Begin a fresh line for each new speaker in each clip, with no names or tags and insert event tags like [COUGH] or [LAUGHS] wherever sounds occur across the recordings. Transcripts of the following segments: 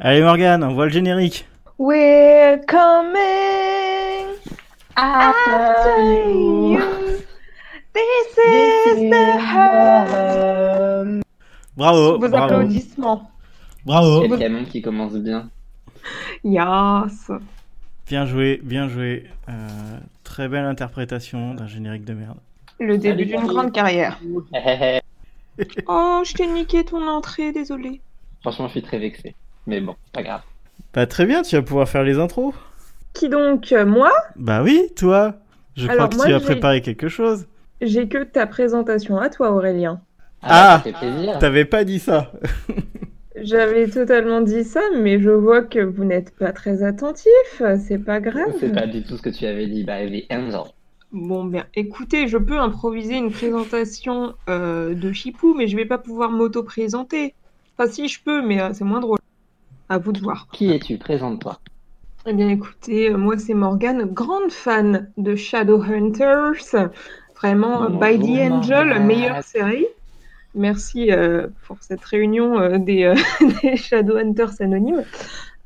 Allez Morgane, on voit le générique.
We're coming after you. This is the home.
Bravo,
Vos
bravo,
applaudissements.
bravo.
Quel canon qui commence bien.
Yes.
Bien joué, bien joué. Euh, très belle interprétation d'un générique de merde.
Le début
Allez,
d'une
allez.
grande carrière.
Hé, hé, hé.
Oh, je t'ai niqué ton entrée, désolé.
Franchement, je suis très vexé. Mais bon, pas grave.
Bah très bien, tu vas pouvoir faire les intros.
Qui donc euh, Moi,
Bah oui, toi. Je crois
Alors,
que
moi,
tu as
j'ai-
préparé quelque chose.
j'ai que ta présentation à toi, Aurélien.
Ah.
Ah, ça fait plaisir.
T'avais pas dit ça.
J'avais totalement dit ça, mais je vois que vous n'êtes pas très attentif. C'est pas grave.
C'est pas du tout ce que tu avais dit. Bah, The Angel.
Bon, bien, écoutez, je peux improviser une présentation euh, de Chipou, mais je vais pas pouvoir m'auto-présenter. Enfin, si, je peux, mais euh, c'est moins drôle. À vous de voir.
Qui
Ah.
es-tu Présente-toi.
Eh bien, écoutez, euh, moi, c'est Morgane, grande fan de Shadowhunters. Vraiment, euh, By the
Bonjour,
Angel,
Morgane.
meilleure série. Merci euh, pour cette réunion euh, des, euh, [LAUGHS] des Shadowhunters anonymes.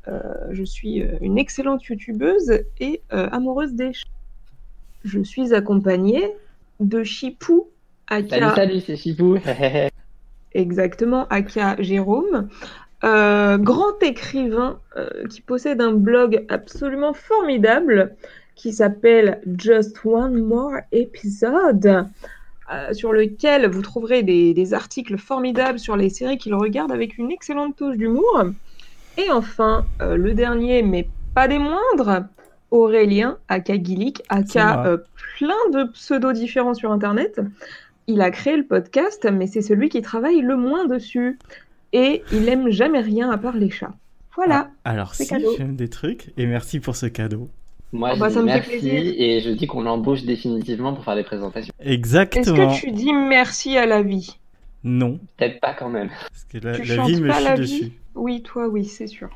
Euh, je suis euh, une excellente youtubeuse et euh, amoureuse des chats. Je suis accompagnée de Chipou,
Salut,
aka,
salut, c'est
[LAUGHS]
Chipou. Hé, hé, hé.
exactement, aka Jérôme, euh, grand écrivain euh, qui possède un blog absolument formidable qui s'appelle Just One More Episode, euh, sur lequel vous trouverez des, des articles formidables sur les séries qu'il regarde avec une excellente touche d'humour. Et enfin, euh, le dernier, mais pas des moindres, Aurélien aka Gillick, aka
moi.
euh, plein de pseudos différents sur Internet. Il a créé le podcast, mais c'est celui qui travaille le moins dessus. Et il aime jamais rien à part les chats. Voilà.
Ah, alors
c'est
si,
cadeau.
j'aime des trucs et merci pour ce cadeau.
Moi,
Oh, bah,
je
ça
dis
me fait
merci
plaisir.
et je dis qu'on l'embauche définitivement pour faire des présentations.
Est-ce
Ah, Exactement.
que tu dis merci à la vie
Non,
Peut-être pas quand même.
parce que la,
Tu
la
chantes
vie me
pas
chie
la vie
dessus.
Oui, toi, oui, c'est sûr.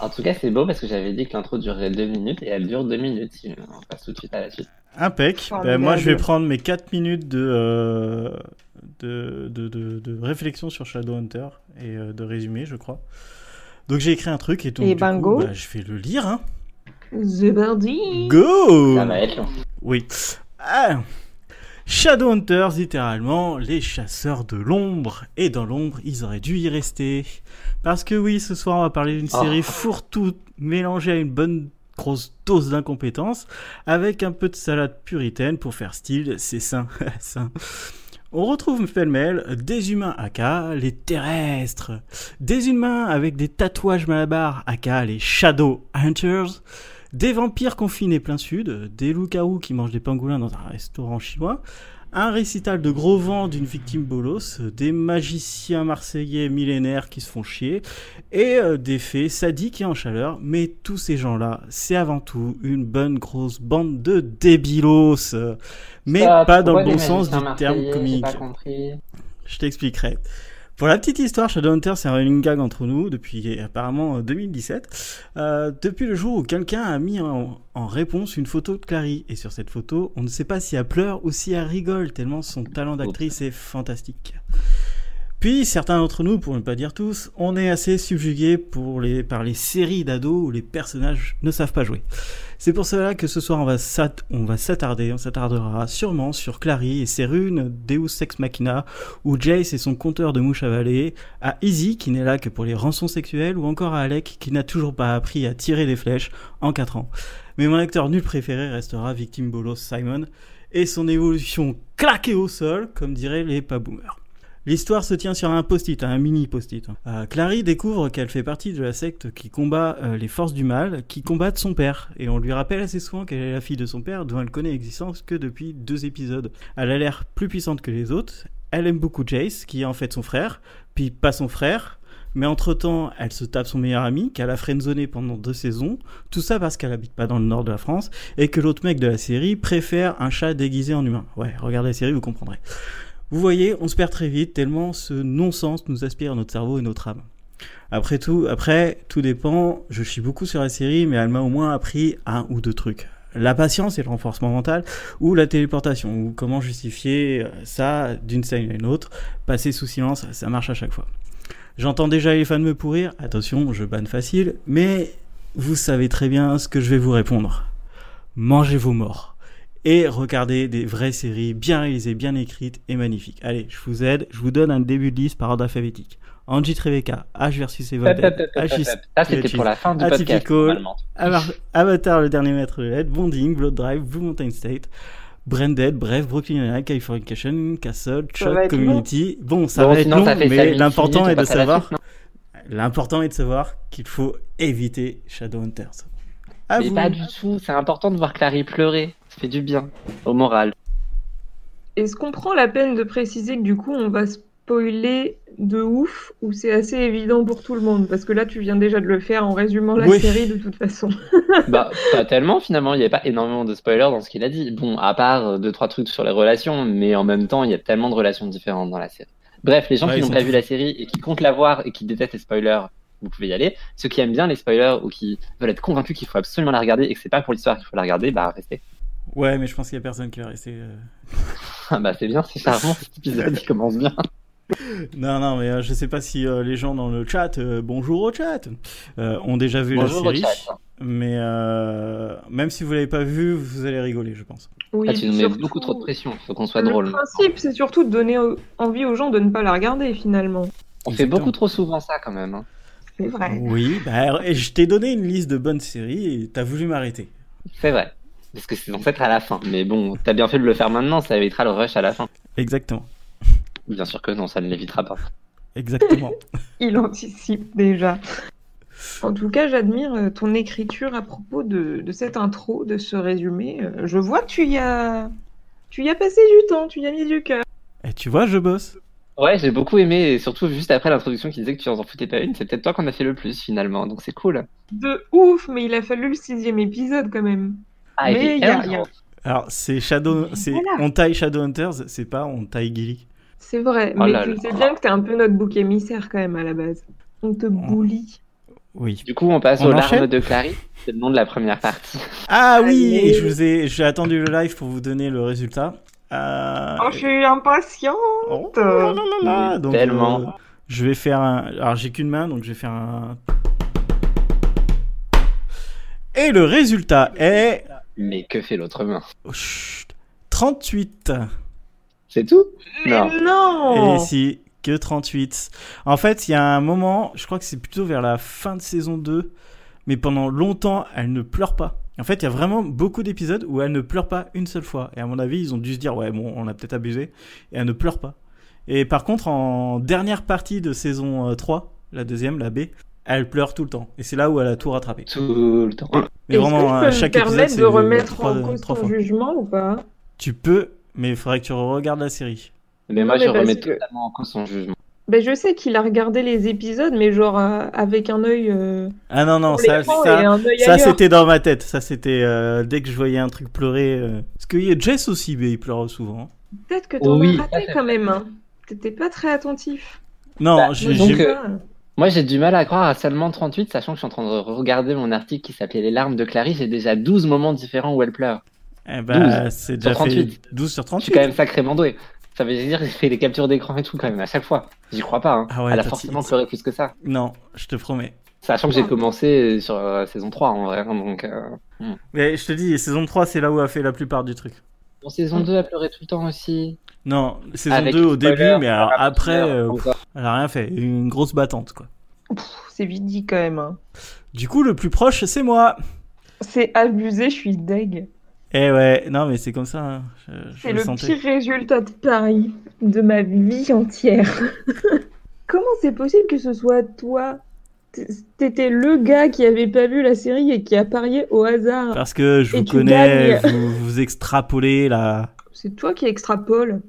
En tout cas, c'est beau parce que j'avais dit que l'intro durerait deux minutes et elle dure deux minutes. On passe tout de suite à la suite.
Impec. Bah,
Formidable.
moi, je vais prendre mes 4 minutes de, euh, de, de, de- de réflexion sur Shadowhunter et euh, de résumé, je crois. Donc, j'ai écrit un truc et donc,
Et
du coup,
bingo.
bah, je vais le lire. Hein.
Zebardi
Go
Ça va être long.
Oui. Ah. Shadowhunters, littéralement, les chasseurs de l'ombre. Et dans l'ombre, ils auraient dû y rester. Parce que oui, ce soir, on va parler d'une
Oh.
série fourre-tout mélangée à une bonne grosse dose d'incompétence, avec un peu de salade puritaine pour faire style, c'est sain, [LAUGHS] sain. On retrouve pêle-mêle des humains aka les terrestres, des humains avec des tatouages malabar aka les shadow hunters, des vampires confinés plein sud, des loups-garous qui mangent des pangolins dans un restaurant chinois, un récital de gros vent d'une victime bolos, des magiciens marseillais millénaires qui se font chier, et euh, des fées sadiques et en chaleur. Mais tous ces gens-là, c'est avant tout une bonne grosse bande de débilos, euh, mais
Stop,
pas dans le
pourquoi
bon
les
sens du
magiciens
terme
marseillais,
comique.
J'ai pas compris.
Je t'expliquerai. Pour la petite histoire, Shadowhunter, c'est un running gag entre nous depuis apparemment euh, 2017. Euh, depuis le jour où quelqu'un a mis en, en réponse une photo de Clary. Et sur cette photo, on ne sait pas si elle pleure ou si elle rigole, tellement son talent d'actrice est fantastique. Puis, certains d'entre nous, pour ne pas dire tous, on est assez subjugués pour les, par les séries d'ados où les personnages ne savent pas jouer. C'est pour cela que ce soir on va s'at- on va s'attarder, on s'attardera sûrement sur Clary et ses runes, Deus Ex Machina, ou Jace et son compteur de mouches avalées, à Izzy qui n'est là que pour les rançons sexuelles, ou encore à Alec qui n'a toujours pas appris à tirer des flèches en 4 ans. Mais mon acteur nul préféré restera Victim Bolos Simon, et son évolution claquée au sol, comme diraient les pas boomers. L'histoire se tient sur un post-it, un mini post-it. Euh, Clary découvre qu'elle fait partie de la secte qui combat euh, les forces du mal, qui combattent son père. Et on lui rappelle assez souvent qu'elle est la fille de son père, dont elle connaît l'existence que depuis deux épisodes. Elle a l'air plus puissante que les autres. Elle aime beaucoup Jace, qui est en fait son frère, puis pas son frère. Mais entre-temps, elle se tape son meilleur ami, qu'elle a friendzonné pendant deux saisons. Tout ça parce qu'elle habite pas dans le nord de la France, et que l'autre mec de la série préfère un chat déguisé en humain. Ouais, regardez la série, vous comprendrez. Vous voyez, on se perd très vite tellement ce non-sens nous aspire notre cerveau et notre âme. Après tout, après, tout dépend. Je chie beaucoup sur la série, mais elle m'a au moins appris un ou deux trucs. La patience et le renforcement mental, ou la téléportation, ou comment justifier euh, ça d'une scène à une autre. Passer sous silence, ça marche à chaque fois. J'entends déjà les fans me pourrir. Attention, je banne facile. Mais vous savez très bien ce que je vais vous répondre. Mangez vos morts. Et regardez des vraies séries bien réalisées, bien écrites et magnifiques. Allez, je vous aide. Je vous donne un début de liste par ordre alphabétique. Angie Tribeca, H versus Evil
Tap,
Dead,
tap, tap, tap,
H is
tap. Ça, c'était pour la
Ah,
fin du podcast,
Atypical.
normalement.
Avar- Avatar, le dernier maître de l'aide, Bonding, Blood Drive, Blue Mountain State, Branded, bref, Brooklyn Nine-Nine, Californication, Castle,
va
Chuck,
être
Community. Bon, ça va
Bon,
être
sinon,
long,
ça fait cinq
mais
minutes,
l'important
minutes,
est
on
de
passe à la
savoir,
suite, non
l'important est de savoir qu'il faut éviter Shadowhunters. À
Mais
Ah, vous.
pas du tout, c'est important de voir Clary pleurer. Ça fait du bien au moral.
Est-ce qu'on prend la peine de préciser que du coup on va spoiler de ouf ou c'est assez évident pour tout le monde Parce que là tu viens déjà de le faire en résumant la
Oui.
série de toute façon.
[LAUGHS] bah, pas tellement finalement, il n'y avait pas énormément de spoilers dans ce qu'il a dit. Bon, à part euh, deux, trois trucs sur les relations, mais en même temps, il y a tellement de relations différentes dans la série. Bref, les gens
Ouais, ils
qui n'ont
sont
pas
tous-
vu la série et qui comptent la voir et qui détestent les spoilers, vous pouvez y aller. Ceux qui aiment bien les spoilers ou qui veulent être convaincus qu'il faut absolument la regarder et que c'est pas pour l'histoire qu'il faut la regarder, bah restez. [LAUGHS]
Ouais, mais je pense qu'il y a personne qui va rester. euh,
bah c'est bien,
[LAUGHS]
c'est charmant cet épisode, il commence bien.
Non, non, mais euh, je sais pas si euh, les gens dans le chat, euh, bonjour au chat, euh, ont déjà vu
Bonjour
la
au
série.
chat.
Mais euh, même si vous l'avez pas vu, vous allez rigoler, je pense.
Oui,
[LAUGHS] Ah, tu nous mets
surtout-
beaucoup trop de pression, faut qu'on soit
Le
drôle.
principe c'est surtout de donner euh, envie aux gens de ne pas la regarder finalement.
On fait
Exactement.
beaucoup trop souvent ça quand même. hein.
C'est vrai.
Oui, bah, et je t'ai donné une liste de bonnes séries et t'as voulu m'arrêter.
C'est vrai. Parce que c'est censé être à la fin. Mais bon, t'as bien fait de le faire maintenant, ça évitera le rush à la fin.
Exactement.
Bien sûr que non, ça ne l'évitera pas.
Exactement.
Il anticipe déjà. En tout cas, j'admire euh, ton écriture à propos de, de cette intro, de ce résumé. Euh, Je vois que tu y as, tu y as passé du temps, tu y as mis du cœur.
[LAUGHS] et tu vois, je bosse.
Ouais, j'ai beaucoup aimé, et surtout juste après l'introduction qui disait que tu en foutais pas une, c'est peut-être toi qu'on a fait le plus finalement, donc c'est cool.
De ouf, mais il a fallu le sixième épisode quand même.
Ah, et
Mais
puis,
il y a-
Ernst,
il y a-
Alors, c'est Shadow. C'est
Voilà.
On taille Shadowhunters, c'est pas on taille Gilly.
C'est vrai,
Oh
mais
là
tu
là.
sais bien que t'es un peu notre bouc émissaire quand même à la base. On
Oh.
te bully.
Oui.
Du coup, on passe
On
aux
enchaîne
larmes de Clary, c'est le nom de la première partie.
Ah oui
Allez.
Et je vous ai, j'ai attendu le live pour vous donner le résultat. Euh,
Oh, je suis impatiente.
Oh là là là là.
Mais
Donc,
tellement.
euh, je vais faire un. Alors, j'ai qu'une main, donc je vais faire un. Et le résultat est.
Mais que fait l'autre main
Oh, chut. 38.
C'est tout
Mais
Non.
non
Et si, que 38. En fait, il y a un moment, je crois que c'est plutôt vers la fin de saison 2, mais pendant longtemps, elle ne pleure pas. En fait, il y a vraiment beaucoup d'épisodes où elle ne pleure pas une seule fois. Et à mon avis, ils ont dû se dire, ouais, bon, on a peut-être abusé, et elle ne pleure pas. Et par contre, en dernière partie de saison euh, 3, la deuxième, la B, elle pleure tout le temps. Et c'est là où elle a tout rattrapé.
Tout le temps.
Mais vraiment, à
Est-ce que je
chaque
peux me
épisode,
permettre
c'est
de remettre
trois-
en cause
trois
ton
fois.
jugement ou pas
Tu peux, mais il faudrait que tu regardes la série.
Mais
Non,
moi,
mais
je
parce
remets
que-
totalement en cause son jugement.
Ben, je sais qu'il a regardé les épisodes, mais genre euh, avec un œil. euh,
Ah non, non,
pour
ça,
l'écran
ça,
et un œil
Ça,
hein.
ailleurs.
c'était dans ma tête. Ça, c'était euh, dès que je voyais un truc pleurer. euh. Parce qu'il y a Jess aussi, mais il pleure souvent. hein.
Peut-être que t'en
Oui,
as raté
ça, ça-
quand même. hein. T'étais pas très attentif.
Non,
Bah,
j'ai-
donc,
j'ai-
euh, Moi, j'ai du mal à croire à seulement 38, sachant que je suis en train de regarder mon article qui s'appelait Les larmes de Clary, j'ai déjà 12 moments différents où elle pleure.
eh ben, c'est déjà fait
38.
12 sur
Je suis quand
38.
même sacrément doué. Ça veut dire que j'ai fait des captures d'écran et tout quand même à chaque fois. J'y crois pas. Hein.
Ah ouais,
Elle a
t'as-
forcément pleuré plus que ça.
Non, je te promets.
Sachant que j'ai
Ouais.
commencé sur euh, saison 3 en vrai. hein, donc, euh,
Mais je te dis, saison 3, c'est là où a fait la plupart du truc.
Bon, saison 2 a pleuré tout le temps aussi.
Non, saison
Avec
2 au
spoiler,
début, mais alors
Sarah
après,
Butler,
euh,
encore.
elle a rien fait. Une grosse battante, quoi.
Pff, C'est vite dit quand même. hein.
Du coup, le plus proche, c'est moi.
C'est abusé, je suis deg.
Eh ouais, non, mais c'est comme ça. hein. Je, je
C'est
le
le
sentais.
pire résultat de Paris de ma vie entière. [LAUGHS] Comment c'est possible que ce soit toi T- T'étais le gars qui avait pas vu la série et qui a parié au hasard.
Parce que je
Et
vous
tu
connais,
gagnes.
vous, vous extrapolez la,
C'est toi qui extrapole.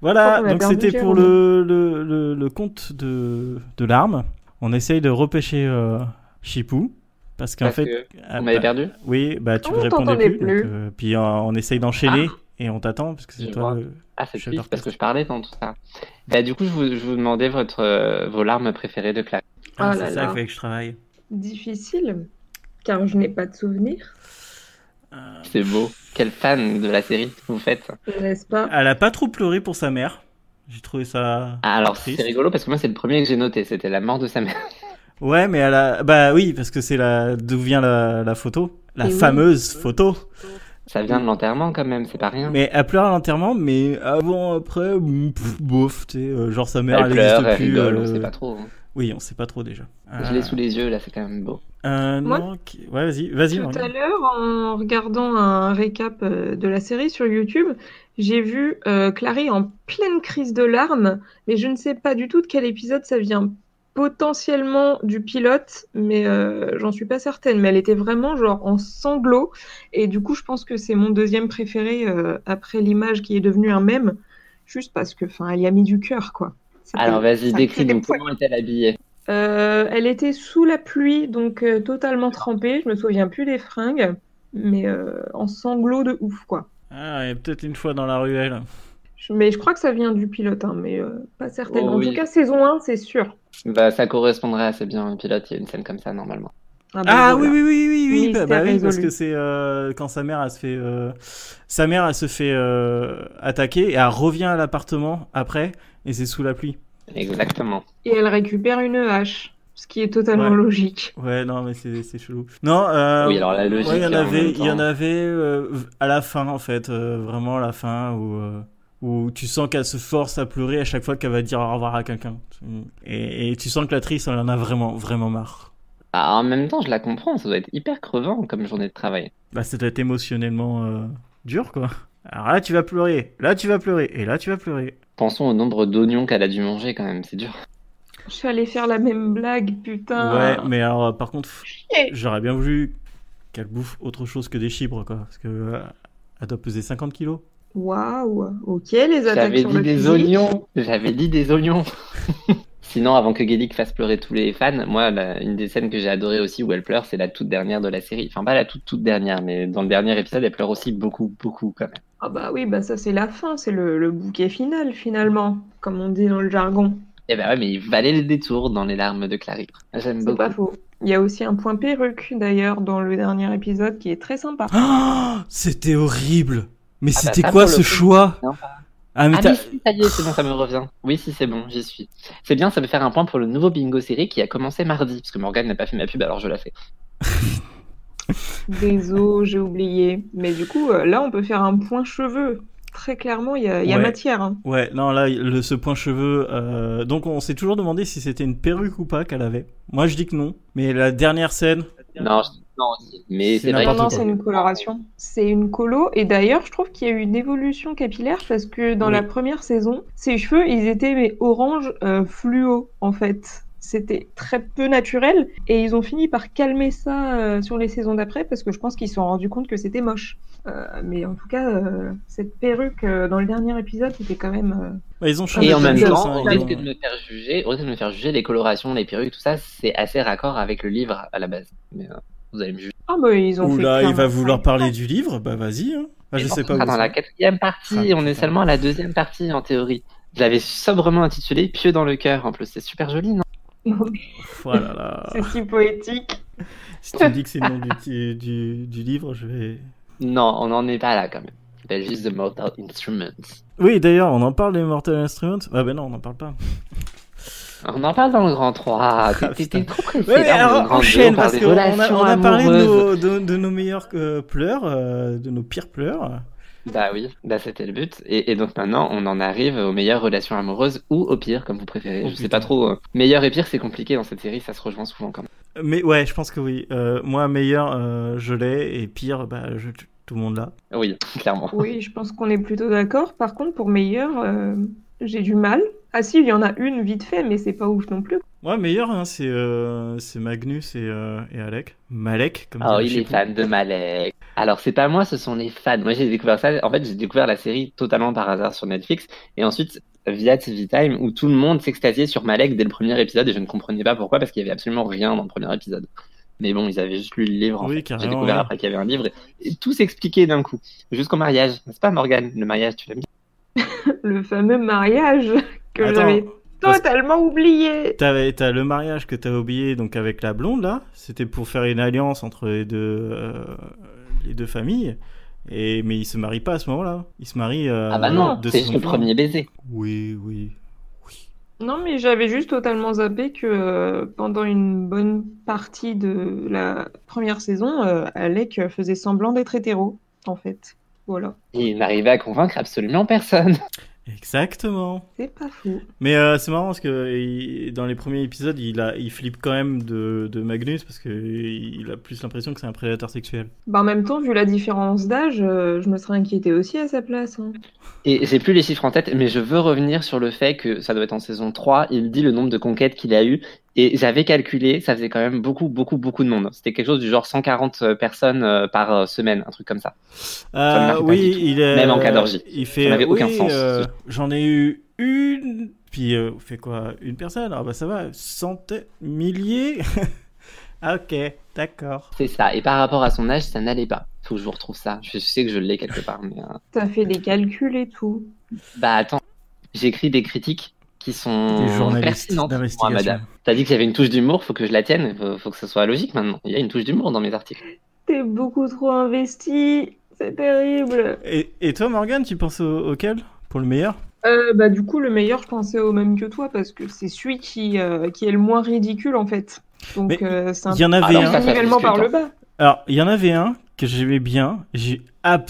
Voilà,
Je crois qu'on a
donc
perdu
c'était
cher,
pour
mais-
le, le, le, le compte de, de l'arme. On essaye de repêcher euh, Chipou. Parce qu'en
Parce
fait.
que
ah,
on m'avait
bah,
perdu.
Oui, bah tu
Ah,
ne
on
répondais
t'entendait
plus. donc,
plus.
euh, puis euh, on essaye d'enchaîner et on t'attend parce que c'est
Ah. Je
toi.
vois.
le-
Ah, c'est
J'adore
triste parce
ça.
que je parlais dans tout ça. Bah, du coup, je vous, je vous demandais votre, euh, vos larmes préférées de Clary.
Ah,
Ah
c'est
là
ça
là.
qu'il fallait que je travaille.
Difficile, car je n'ai pas de souvenirs,
Euh,
C'est beau. Quel fan de la série vous faites.
n'est-ce pas
Ah, Elle a pas trop pleuré pour sa mère. J'ai trouvé ça.
Ah, Alors,
triste.
c'est rigolo parce que moi, c'est le premier que j'ai noté. C'était la mort de sa mère.
Ouais, mais à la... bah oui, parce que c'est la... d'où vient la, la photo, la
Et oui.
fameuse photo.
Ça vient de l'enterrement quand même, c'est pas rien.
Mais elle pleure à l'enterrement, mais avant, après, mm, pff, bof, tu sais, euh, genre sa mère,
elle
elle
pleure,
n'existe
elle
plus.
rigole,
euh, ah.
on sait pas trop. hein.
Oui, on sait pas trop déjà.
Je l'ai sous les yeux, là, c'est quand même beau.
Euh,
Moi
non, qui- ouais, vas-y, vas-y.
Tout
Morgane.
à l'heure, en regardant un récap euh, de la série sur YouTube, j'ai vu euh, Clary en pleine crise de larmes, mais je ne sais pas du tout de quel épisode ça vient. Potentiellement du pilote, mais euh, j'en suis pas certaine. Mais elle était vraiment genre en sanglots, et du coup, je pense que c'est mon deuxième préféré euh, après l'image qui est devenue un mème, juste parce que, enfin, elle y a mis du cœur, quoi. C'était-
Alors, vas-y,
ça fait
décris-nous
des poils.
comment est-elle habillée.
Euh, elle était sous la pluie, donc euh, totalement trempée. Je me souviens plus des fringues, mais euh, en sanglots de ouf, quoi.
Ah, et peut-être une fois dans la ruelle.
Ah, Je- mais je crois que ça vient du pilote, hein, mais euh, pas certaine.
Oh
en
oui.
tout cas, saison 1, c'est sûr.
Bah, ça correspondrait assez bien à un pilote, il y a une scène comme ça normalement.
Ah, ben
Ah
voilà.
oui, oui, oui, oui, oui, bah,
Mystère
bah oui, parce
résolu.
que c'est euh, quand sa mère, elle se fait, euh, sa mère, elle se fait euh, attaquer et elle revient à l'appartement après et c'est sous la pluie.
Exactement.
Et elle récupère une hache, ce qui est totalement
Ouais.
logique.
Ouais, non, mais c'est c'est chelou. Non, euh,
Oui, alors la logique,
ouais, il y en
en
avait,
même
il y en
temps.
avait euh, v- à la fin en fait, euh, vraiment à la fin où euh, où tu sens qu'elle se force à pleurer à chaque fois qu'elle va dire au revoir à quelqu'un. Et, et tu sens que l'actrice, elle en a vraiment, vraiment marre.
Ah, en même temps, je la comprends, ça doit être hyper crevant comme journée de travail.
Bah, ça doit être émotionnellement euh, dur, quoi. Alors là, tu vas pleurer, là, tu vas pleurer, et là, tu vas pleurer.
Pensons au nombre d'oignons qu'elle a dû manger quand même, c'est dur.
Je suis allée faire la même blague,
Ouais,
putain.
mais alors, euh, par contre,
Ah. Chier.
j'aurais bien voulu qu'elle bouffe autre chose que des chibres, quoi. Parce que euh, elle doit peser 50 kilos.
Waouh. Ok, les attaques
J'avais
sur
dit
le
des
physique.
oignons J'avais dit des oignons [LAUGHS] Sinon, avant que Gaelic fasse pleurer tous les fans, moi, la- une des scènes que j'ai adorée aussi où elle pleure, c'est la toute dernière de la série. Enfin, pas la toute toute dernière, mais dans le dernier épisode, elle pleure aussi beaucoup, beaucoup quand même.
Ah bah oui, bah ça c'est la fin, c'est le, le bouquet final finalement, comme on dit dans le jargon.
Et ben ouais, mais il valait le détour dans les larmes de Clary. J'aime
C'est
beaucoup.
Ah,
pas faux. Il y a aussi un point perruque d'ailleurs dans le dernier épisode qui est très sympa.
Ah, c'était horrible. Mais
Ah bah,
c'était
ça,
quoi
pour le
ce
coup,
choix
non.
Ah mais
Ah
t'as-
oui, si, ça y est, c'est bon, ça me revient. Oui, si, c'est bon, j'y suis. C'est bien, ça peut faire un point pour le nouveau bingo série qui a commencé mardi, parce que Morgane n'a pas fait ma pub, alors je la fais.
Désolé, j'ai oublié. Mais du coup, euh, là on peut faire un point cheveux. Très clairement, il y a, il y a
Ouais.
matière. hein.
ouais, non là, le, ce point cheveux. euh, Donc on s'est toujours demandé si c'était une perruque ou pas qu'elle avait. Moi je dis que non. Mais la dernière scène.
Non, je- non, si, mais
C'est
c'est vrai
Non,
n'importe
non,
quoi.
c'est une coloration. C'est une colo. Et d'ailleurs, je trouve qu'il y a eu une évolution capillaire parce que dans
Oui.
la première saison, ses cheveux, ils étaient mais orange euh, fluo en fait. C'était très peu naturel et ils ont fini par calmer ça euh, sur les saisons d'après parce que je pense qu'ils se sont rendus compte que c'était moche. Euh, mais en tout cas, euh, cette perruque euh, dans le dernier épisode était quand même euh,
Bah, ils ont
Et
changé.
en
de
même
choses,
temps,
hein,
au
ils
risque
ont-
de me faire juger, au risque de me faire juger les colorations, les perruques, tout ça, c'est assez raccord avec le livre à la base. Mais euh, vous allez me juger.
Ah bah ils ont
Ouh
fait
là, il
clairement
va
ça.
vouloir parler du livre. Bah vas-y. Hein. Bah, je
Et on
sais pas.
sera
Où
dans
[LAUGHS]
la
ça.
quatrième partie,
Ah,
on est
putain.
seulement à la deuxième partie en théorie. Je l'avais sobrement intitulé Pieux dans le cœur, en plus, c'est super joli, non
Voilà là.
C'est si poétique.
Si tu me dis que c'est le nom du, du, du livre, je vais.
Non, on n'en est pas là quand même. Il s'appelle juste The Mortal Instruments.
Oui, d'ailleurs, on en parle des Mortal Instruments. Ah ben non, on en parle pas.
On en parle dans le
[LAUGHS]
grand 3.
Ah,
T'es- T'es
putain.
t'es trop hein, pressé.
Ouais, mais
là, on est dans le
alors,
grand
enchaîne,
deux, on parle
parce
des
qu'on a,
relations
on a parlé de
amoureuses.
nos, de, de nos meilleurs euh, pleurs, euh, de nos pires pleurs.
Bah oui, bah c'était le but. Et, et donc maintenant, on en arrive aux meilleures relations amoureuses ou au pire, comme vous préférez.
Oh,
je sais
putain.
pas trop. euh, Meilleur et pire, c'est compliqué dans cette série, ça se rejoint souvent quand même.
Mais ouais, je pense que oui. Euh, moi, meilleur, euh, je l'ai, et pire, bah, je, tout le monde l'a.
Oui, [LAUGHS] clairement.
Oui, je pense qu'on est plutôt d'accord. Par contre, pour meilleur, euh, j'ai du mal. Ah si, il y en a une vite fait, mais c'est pas ouf non plus.
Ouais, meilleur, hein, c'est euh, c'est Magnus et, euh, et Alec. Malek, comme
Oh,
dirait
il est
Chipou.
fan de Malek. Alors, c'est pas moi, ce sont les fans. Moi, j'ai découvert ça. En fait, j'ai découvert la série totalement par hasard sur Netflix. Et ensuite, via TV Time, où tout le monde s'extasiait sur Malek dès le premier épisode. Et je ne comprenais pas pourquoi, parce qu'il y avait absolument rien dans le premier épisode. Mais bon, ils avaient juste lu le livre. en
Oui,
fait.
carrément,
J'ai découvert
ouais.
après qu'il y avait un livre. Et tout s'expliquait d'un coup. Jusqu'au mariage. C'est pas, Morgane Le mariage, tu l'as
Euh,
mis
Le fameux mariage que
Attends,
j'avais
parce-
totalement oublié.
T'avais- T'as le mariage que t'as oublié donc avec la blonde là, c'était pour faire une alliance entre les deux, euh, les deux familles. Et, mais il se marie pas à ce moment-là. Il se marie. euh,
Ah bah non,
deux
c'est juste
saisons
le
plus tard.
premier baiser.
Oui, oui, oui.
Non, mais j'avais juste totalement zappé que euh, pendant une bonne partie de la première saison, euh, Alec faisait semblant d'être hétéro, en fait. Voilà.
Et il n'arrivait à convaincre absolument personne.
Exactement.
C'est pas fou.
Mais euh, c'est marrant parce que euh, il- dans les premiers épisodes, il, a, il flippe quand même de, de Magnus parce que il a plus l'impression que c'est un prédateur sexuel.
Bah, en même temps, vu la différence d'âge, euh, je me serais inquiétée aussi à sa place. hein.
Et j'ai plus les chiffres en tête, mais je veux revenir sur le fait que ça doit être en saison 3, il dit le nombre de conquêtes qu'il a eu. Et j'avais calculé, ça faisait quand même beaucoup, beaucoup, beaucoup de monde. C'était quelque chose du genre 140 personnes euh, par euh, semaine, un truc comme ça. me
Euh,
marque pas du
oui,
tout.
il est.
Même en cas d'orgie.
Il fait.
Ça n'avait aucun
oui,
sens.
euh, J'en ai eu une. Puis euh, on fait quoi Une personne Ah bah ça va. Centaines, milliers. [LAUGHS] Ah, ok, d'accord.
C'est ça. Et par rapport à son âge, ça n'allait pas. Faut que je vous retrouve ça. Je sais que je l'ai quelque part. Mais, euh,
T'as fait des calculs et tout.
Bah attends, j'écris des critiques qui sont
Des journalistes
pertinentes pour Mmh, moi,
d'investigation.
madame. T'as dit qu'il y avait une touche d'humour, faut que je la tienne, faut, faut que ça soit logique maintenant. Il y a une touche d'humour dans mes articles.
T'es beaucoup trop investi. C'est terrible.
Et, et toi, Morgan, tu penses au- auquel Pour le meilleur
Euh, bah, du coup, le meilleur, je pensais au même que toi, parce que c'est celui qui, euh, qui est le moins ridicule, en fait. Donc,
Mais
euh, c'est un
Il y en avait
Alors,
un.
ça, hein. ça se
nivellement par le
discute,
bas.
Alors, il y en avait un que j'aimais bien. J'ai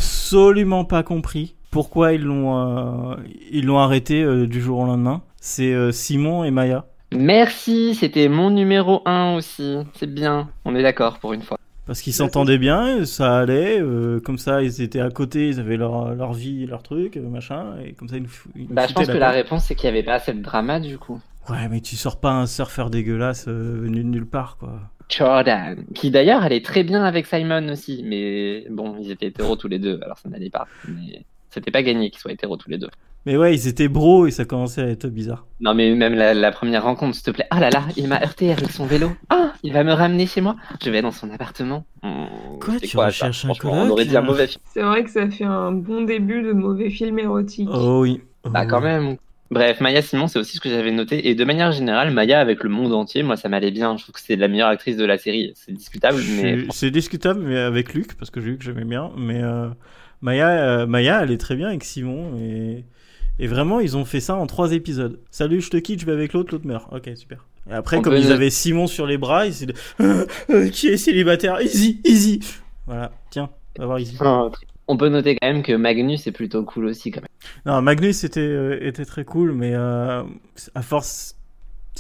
absolument pas compris pourquoi ils l'ont euh, ils l'ont arrêté euh, du jour au lendemain. C'est euh, Simon et Maya.
Merci, c'était mon numéro 1 aussi. C'est bien, on est d'accord pour une fois.
Parce qu'ils s'entendaient bien, ça allait, euh, comme ça ils étaient à côté, ils avaient leur, leur vie, leur truc, euh, machin, et comme ça ils nous, fou- ils nous
Bah, je
foutaient
pense que la
paix.
réponse, c'est qu'il n'y avait pas assez de drama du coup.
Ouais, mais tu sors pas un surfeur dégueulasse euh, venu de nulle part, quoi.
Jordan, qui d'ailleurs allait très bien avec Simon aussi, mais bon, ils étaient hétéros tous les deux, alors ça n'allait pas. Mais c'était pas gagné qu'ils soient hétéros tous les deux.
Mais ouais, ils étaient bros et ça commençait à être bizarre.
Non, mais même la, la première rencontre, s'il te plaît. Ah là là, il m'a heurté avec son vélo. Ah, il va me ramener chez moi. Je vais dans son appartement. Hmm,
Quoi,
c'est
tu
ça
recherches un
Franchement,
coloc,
On aurait dit un
là
mauvais film.
C'est vrai que ça fait un bon début de mauvais film érotique.
Oh oui. Oh
Bah, quand
oui.
même. Bref, Maya Simon, c'est aussi ce que j'avais noté. Et de manière générale, Maya, avec le monde entier, moi, ça m'allait bien. Je trouve que c'est la meilleure actrice de la série. C'est discutable,
Je-
Ah mais
C'est discutable mais avec Luc, parce que j'ai vu que j'aimais bien. Mais euh, Maya, euh, Maya, elle est très bien avec Simon. Et, et vraiment, ils ont fait ça en trois épisodes. Salut, je te quitte, je vais avec l'autre, l'autre meurt. Ok, super. Et après,
On
comme
peut
ils
le-
avaient Simon sur les bras, ils étaient Euh, [LAUGHS] euh, Qui est célibataire Easy, easy Voilà, tiens, on va voir Easy.
on peut noter quand même que Magnus est plutôt cool aussi, quand même.
Non, Magnus était, euh, était très cool, mais euh, à force,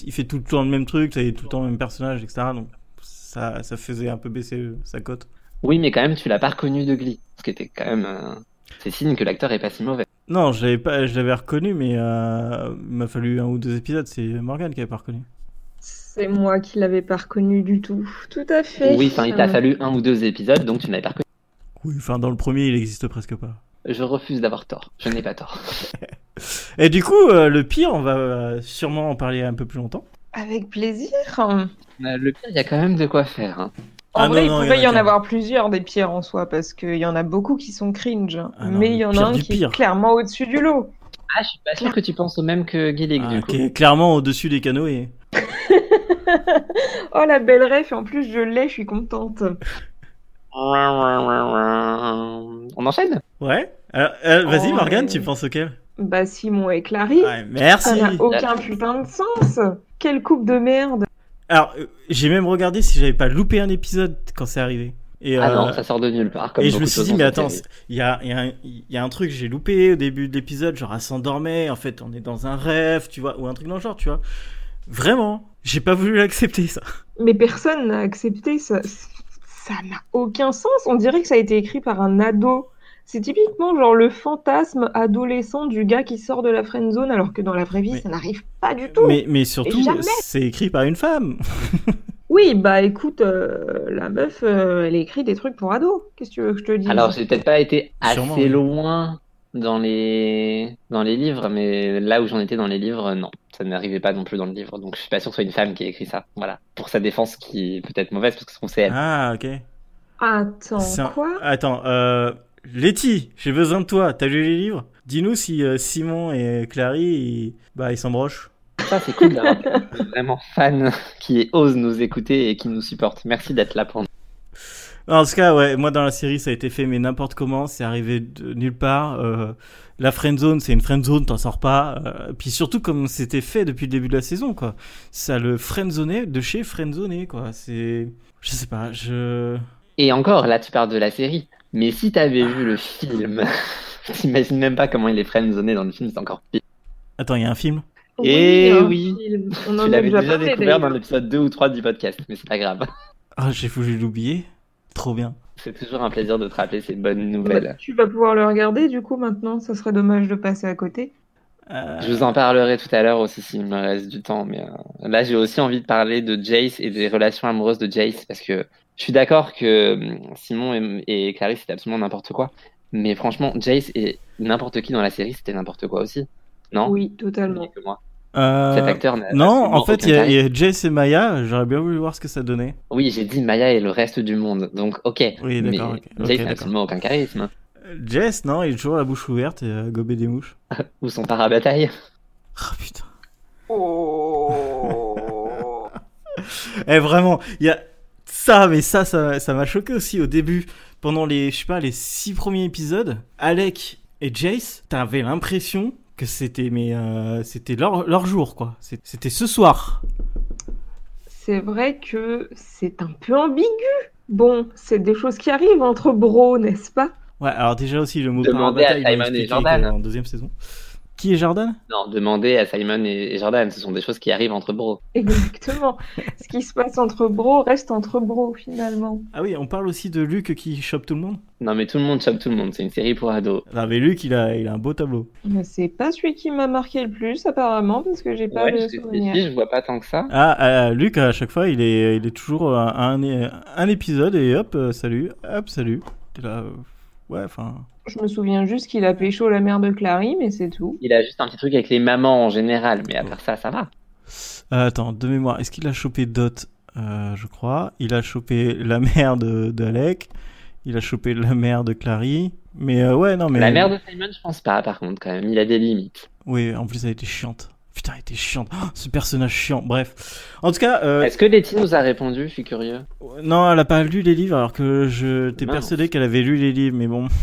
il fait tout le temps le même truc, t'as tout le temps le même personnage, etc. Donc ça, ça faisait un peu baisser euh, sa cote.
Oui, mais quand même, tu l'as pas reconnu de Glee. Ce qui était quand même. euh, C'est signe que l'acteur est pas si mauvais.
Non, je l'avais pas, je l'avais reconnu, mais euh, il m'a fallu un ou deux épisodes. C'est Morgan qui avait pas reconnu.
C'est moi qui l'avais pas reconnu du tout. Tout à fait.
Oui, enfin, il t'a
Euh,
fallu un ou deux épisodes, donc tu n'avais pas reconnu.
Oui, enfin dans le premier, il existe presque pas.
Je refuse d'avoir tort. Je n'ai pas tort.
Et du coup, euh, le pire, on va euh, sûrement en parler un peu plus longtemps.
Avec plaisir.
Euh, Le pire, il y a quand même de quoi faire. hein.
En
Ah
vrai,
non,
il
non,
pouvait
il
y en
qu'un.
avoir plusieurs des pires en soi, parce qu'il y en a beaucoup qui sont cringe. hein.
Ah non,
mais
le
il y en
pire
a un
du
qui
pire.
est clairement au-dessus du lot.
Ah, je suis pas sûr que tu penses au même que Gillick,
Ah,
du coup.
qui est clairement au-dessus des canoës.
Oh, la belle ref, en plus je l'ai, je suis contente.
On enchaîne
Ouais. Alors, euh, vas-y,
Oh.
Morgan, tu penses auquel
Bah, Simon et Clary,
Ouais, Merci.
ça n'a aucun putain de sens. Quelle coupe de merde.
Alors, euh, j'ai même regardé si j'avais pas loupé un épisode quand c'est arrivé. Et,
Ah non,
euh,
ça sort de nulle part. Comme
Et je
beaucoup
me
de
suis
choses hein,
dit,
dans
mais
cette
attends,
série.
il y a, il y a un- il y a un truc que j'ai loupé au début de l'épisode, genre elle s'endormait, en fait on est dans un rêve, tu vois, ou un truc dans le genre, tu vois. Vraiment, j'ai pas voulu l'accepter ça.
Mais personne n'a accepté ça. Ça n'a aucun sens. On dirait que ça a été écrit par un ado. C'est typiquement genre le fantasme adolescent du gars qui sort de la friend zone alors que dans la vraie vie
Mais-
ça n'arrive pas du tout.
Mais, mais surtout,
jamais.
c'est écrit par une femme.
Oui, bah écoute, euh, la meuf, euh, elle écrit des trucs pour ados. Qu'est-ce que tu veux que je te dise
Alors, j'ai peut-être pas été assez
Sûrement, oui.
loin dans les... dans les livres, mais là où j'en étais dans les livres, non. Ça n'arrivait pas non plus dans le livre, donc je suis pas sûr que ce soit une femme qui ait écrit ça. Voilà. Pour sa défense qui est peut-être mauvaise, parce que ce qu'on sait, elle.
Ah, ok.
Attends,
C'est un-
quoi
Attends, euh, Letty, j'ai besoin de toi, t'as lu les livres Dis-nous si euh, Simon et Clary, ils- bah, ils s'embrochent.
Ça, c'est cool d'avoir des vraiment fan qui ose nous écouter et qui nous supporte. Merci d'être là pour nous.
En tout cas, ouais, moi dans la série, ça a été fait, mais n'importe comment, c'est arrivé de nulle part. Euh, la friendzone, c'est une friendzone, t'en sors pas. Euh, puis surtout, comme c'était fait depuis le début de la saison, quoi. Ça le friendzonait de chez friendzonné, quoi. C'est. Je sais pas, je.
Et encore, là, tu parles de la série. Mais si t'avais vu le film, [LAUGHS] t'imagines même pas comment il est friendzoné dans le film, c'est encore pire.
Attends, il y a un film
Eh
hein,
oui.
il- on en a
Tu l'avais déjà
parlé,
découvert dans
d'ailleurs.
l'épisode 2 ou 3 du podcast, mais c'est pas grave. [LAUGHS]
Ah, j'ai voulu l'oublier. Trop bien.
C'est toujours un plaisir de te rappeler ces bonnes nouvelles.
Bah, Tu vas pouvoir le regarder du coup maintenant, ça serait dommage de passer à côté.
Euh,
Je vous en parlerai tout à l'heure aussi s'il me reste du temps. Mais euh, là, j'ai aussi envie de parler de Jace et des relations amoureuses de Jace parce que je suis d'accord que hum, Simon et, et Clarisse c'est absolument n'importe quoi. Mais franchement, Jace et n'importe qui dans la série, c'était n'importe quoi aussi. Non
Oui, totalement.
Que moi.
euh,
Cet acteur n'a
Non,
absolument
en fait,
aucun
il y, a- il
charisme.
y a Jace et Maya. J'aurais bien voulu voir ce que ça donnait.
Oui, j'ai dit Maya et le reste du monde. Donc, ok.
Oui,
mais
d'accord, ok, ok,
Jace n'a
d'accord.
absolument aucun charisme.
Euh, Jace, non, il est toujours la bouche ouverte et euh, gobé des mouches.
Ou son parabataille.
Ah putain.
Oh. [LAUGHS]
Eh vraiment, il y a ça, mais ça, ça ça m'a choqué aussi au début. Pendant les, je sais pas, les six premiers épisodes, Alec et Jace, t'avais l'impression que c'était, mais euh, c'était leur, leur jour, quoi. C'est- C'était ce soir.
C'est vrai que c'est un peu ambigu. Bon, c'est des choses qui arrivent entre bros, n'est-ce pas [LAUGHS]
Ouais, alors déjà aussi le mot
Demandez à
parabataille, il m'a
Simon et
expliqué
Jordan.
qu'en deuxième saison. Qui est Jordan
Non, demandez à Simon et et Jordan. Ce sont des choses qui arrivent entre bros.
Exactement. Ce qui se passe entre bros reste entre bros finalement.
Ah oui, on parle aussi de Luc qui chope tout le monde.
Non, mais tout le monde chope tout le monde. C'est une série pour ados.
Non mais Luc, il a, il a un beau tableau.
Mais c'est pas celui qui m'a marqué le plus apparemment parce que j'ai pas
Ouais,
de
je,
souvenir.
je vois pas tant que ça.
Ah, euh, Luc, à chaque fois, il est, il est toujours à un, un épisode et hop, euh, salut, hop, salut. T'es là, euh, ouais, enfin...
Je me souviens juste qu'il a pécho la mère de Clary, mais c'est tout.
Il a juste un petit truc avec les mamans en général, mais à part ça, ça va.
Euh, attends, de mémoire, est-ce qu'il a chopé Dot Euh, Je crois. Il a chopé la mère de d'Alec. Il a chopé la mère de Clary. Mais euh, ouais, non, mais.
La mère de Simon, je pense pas, par contre, quand même. Il a des limites.
Oui, en plus, elle était chiante. Putain, elle était chiante. Oh, ce personnage chiant. Bref. En tout cas, euh,
Est-ce que Letty nous a répondu Je suis curieux.
non, elle a pas lu les livres alors que je t'ai
Mince.
persuadé qu'elle avait lu les livres, mais bon. [LAUGHS]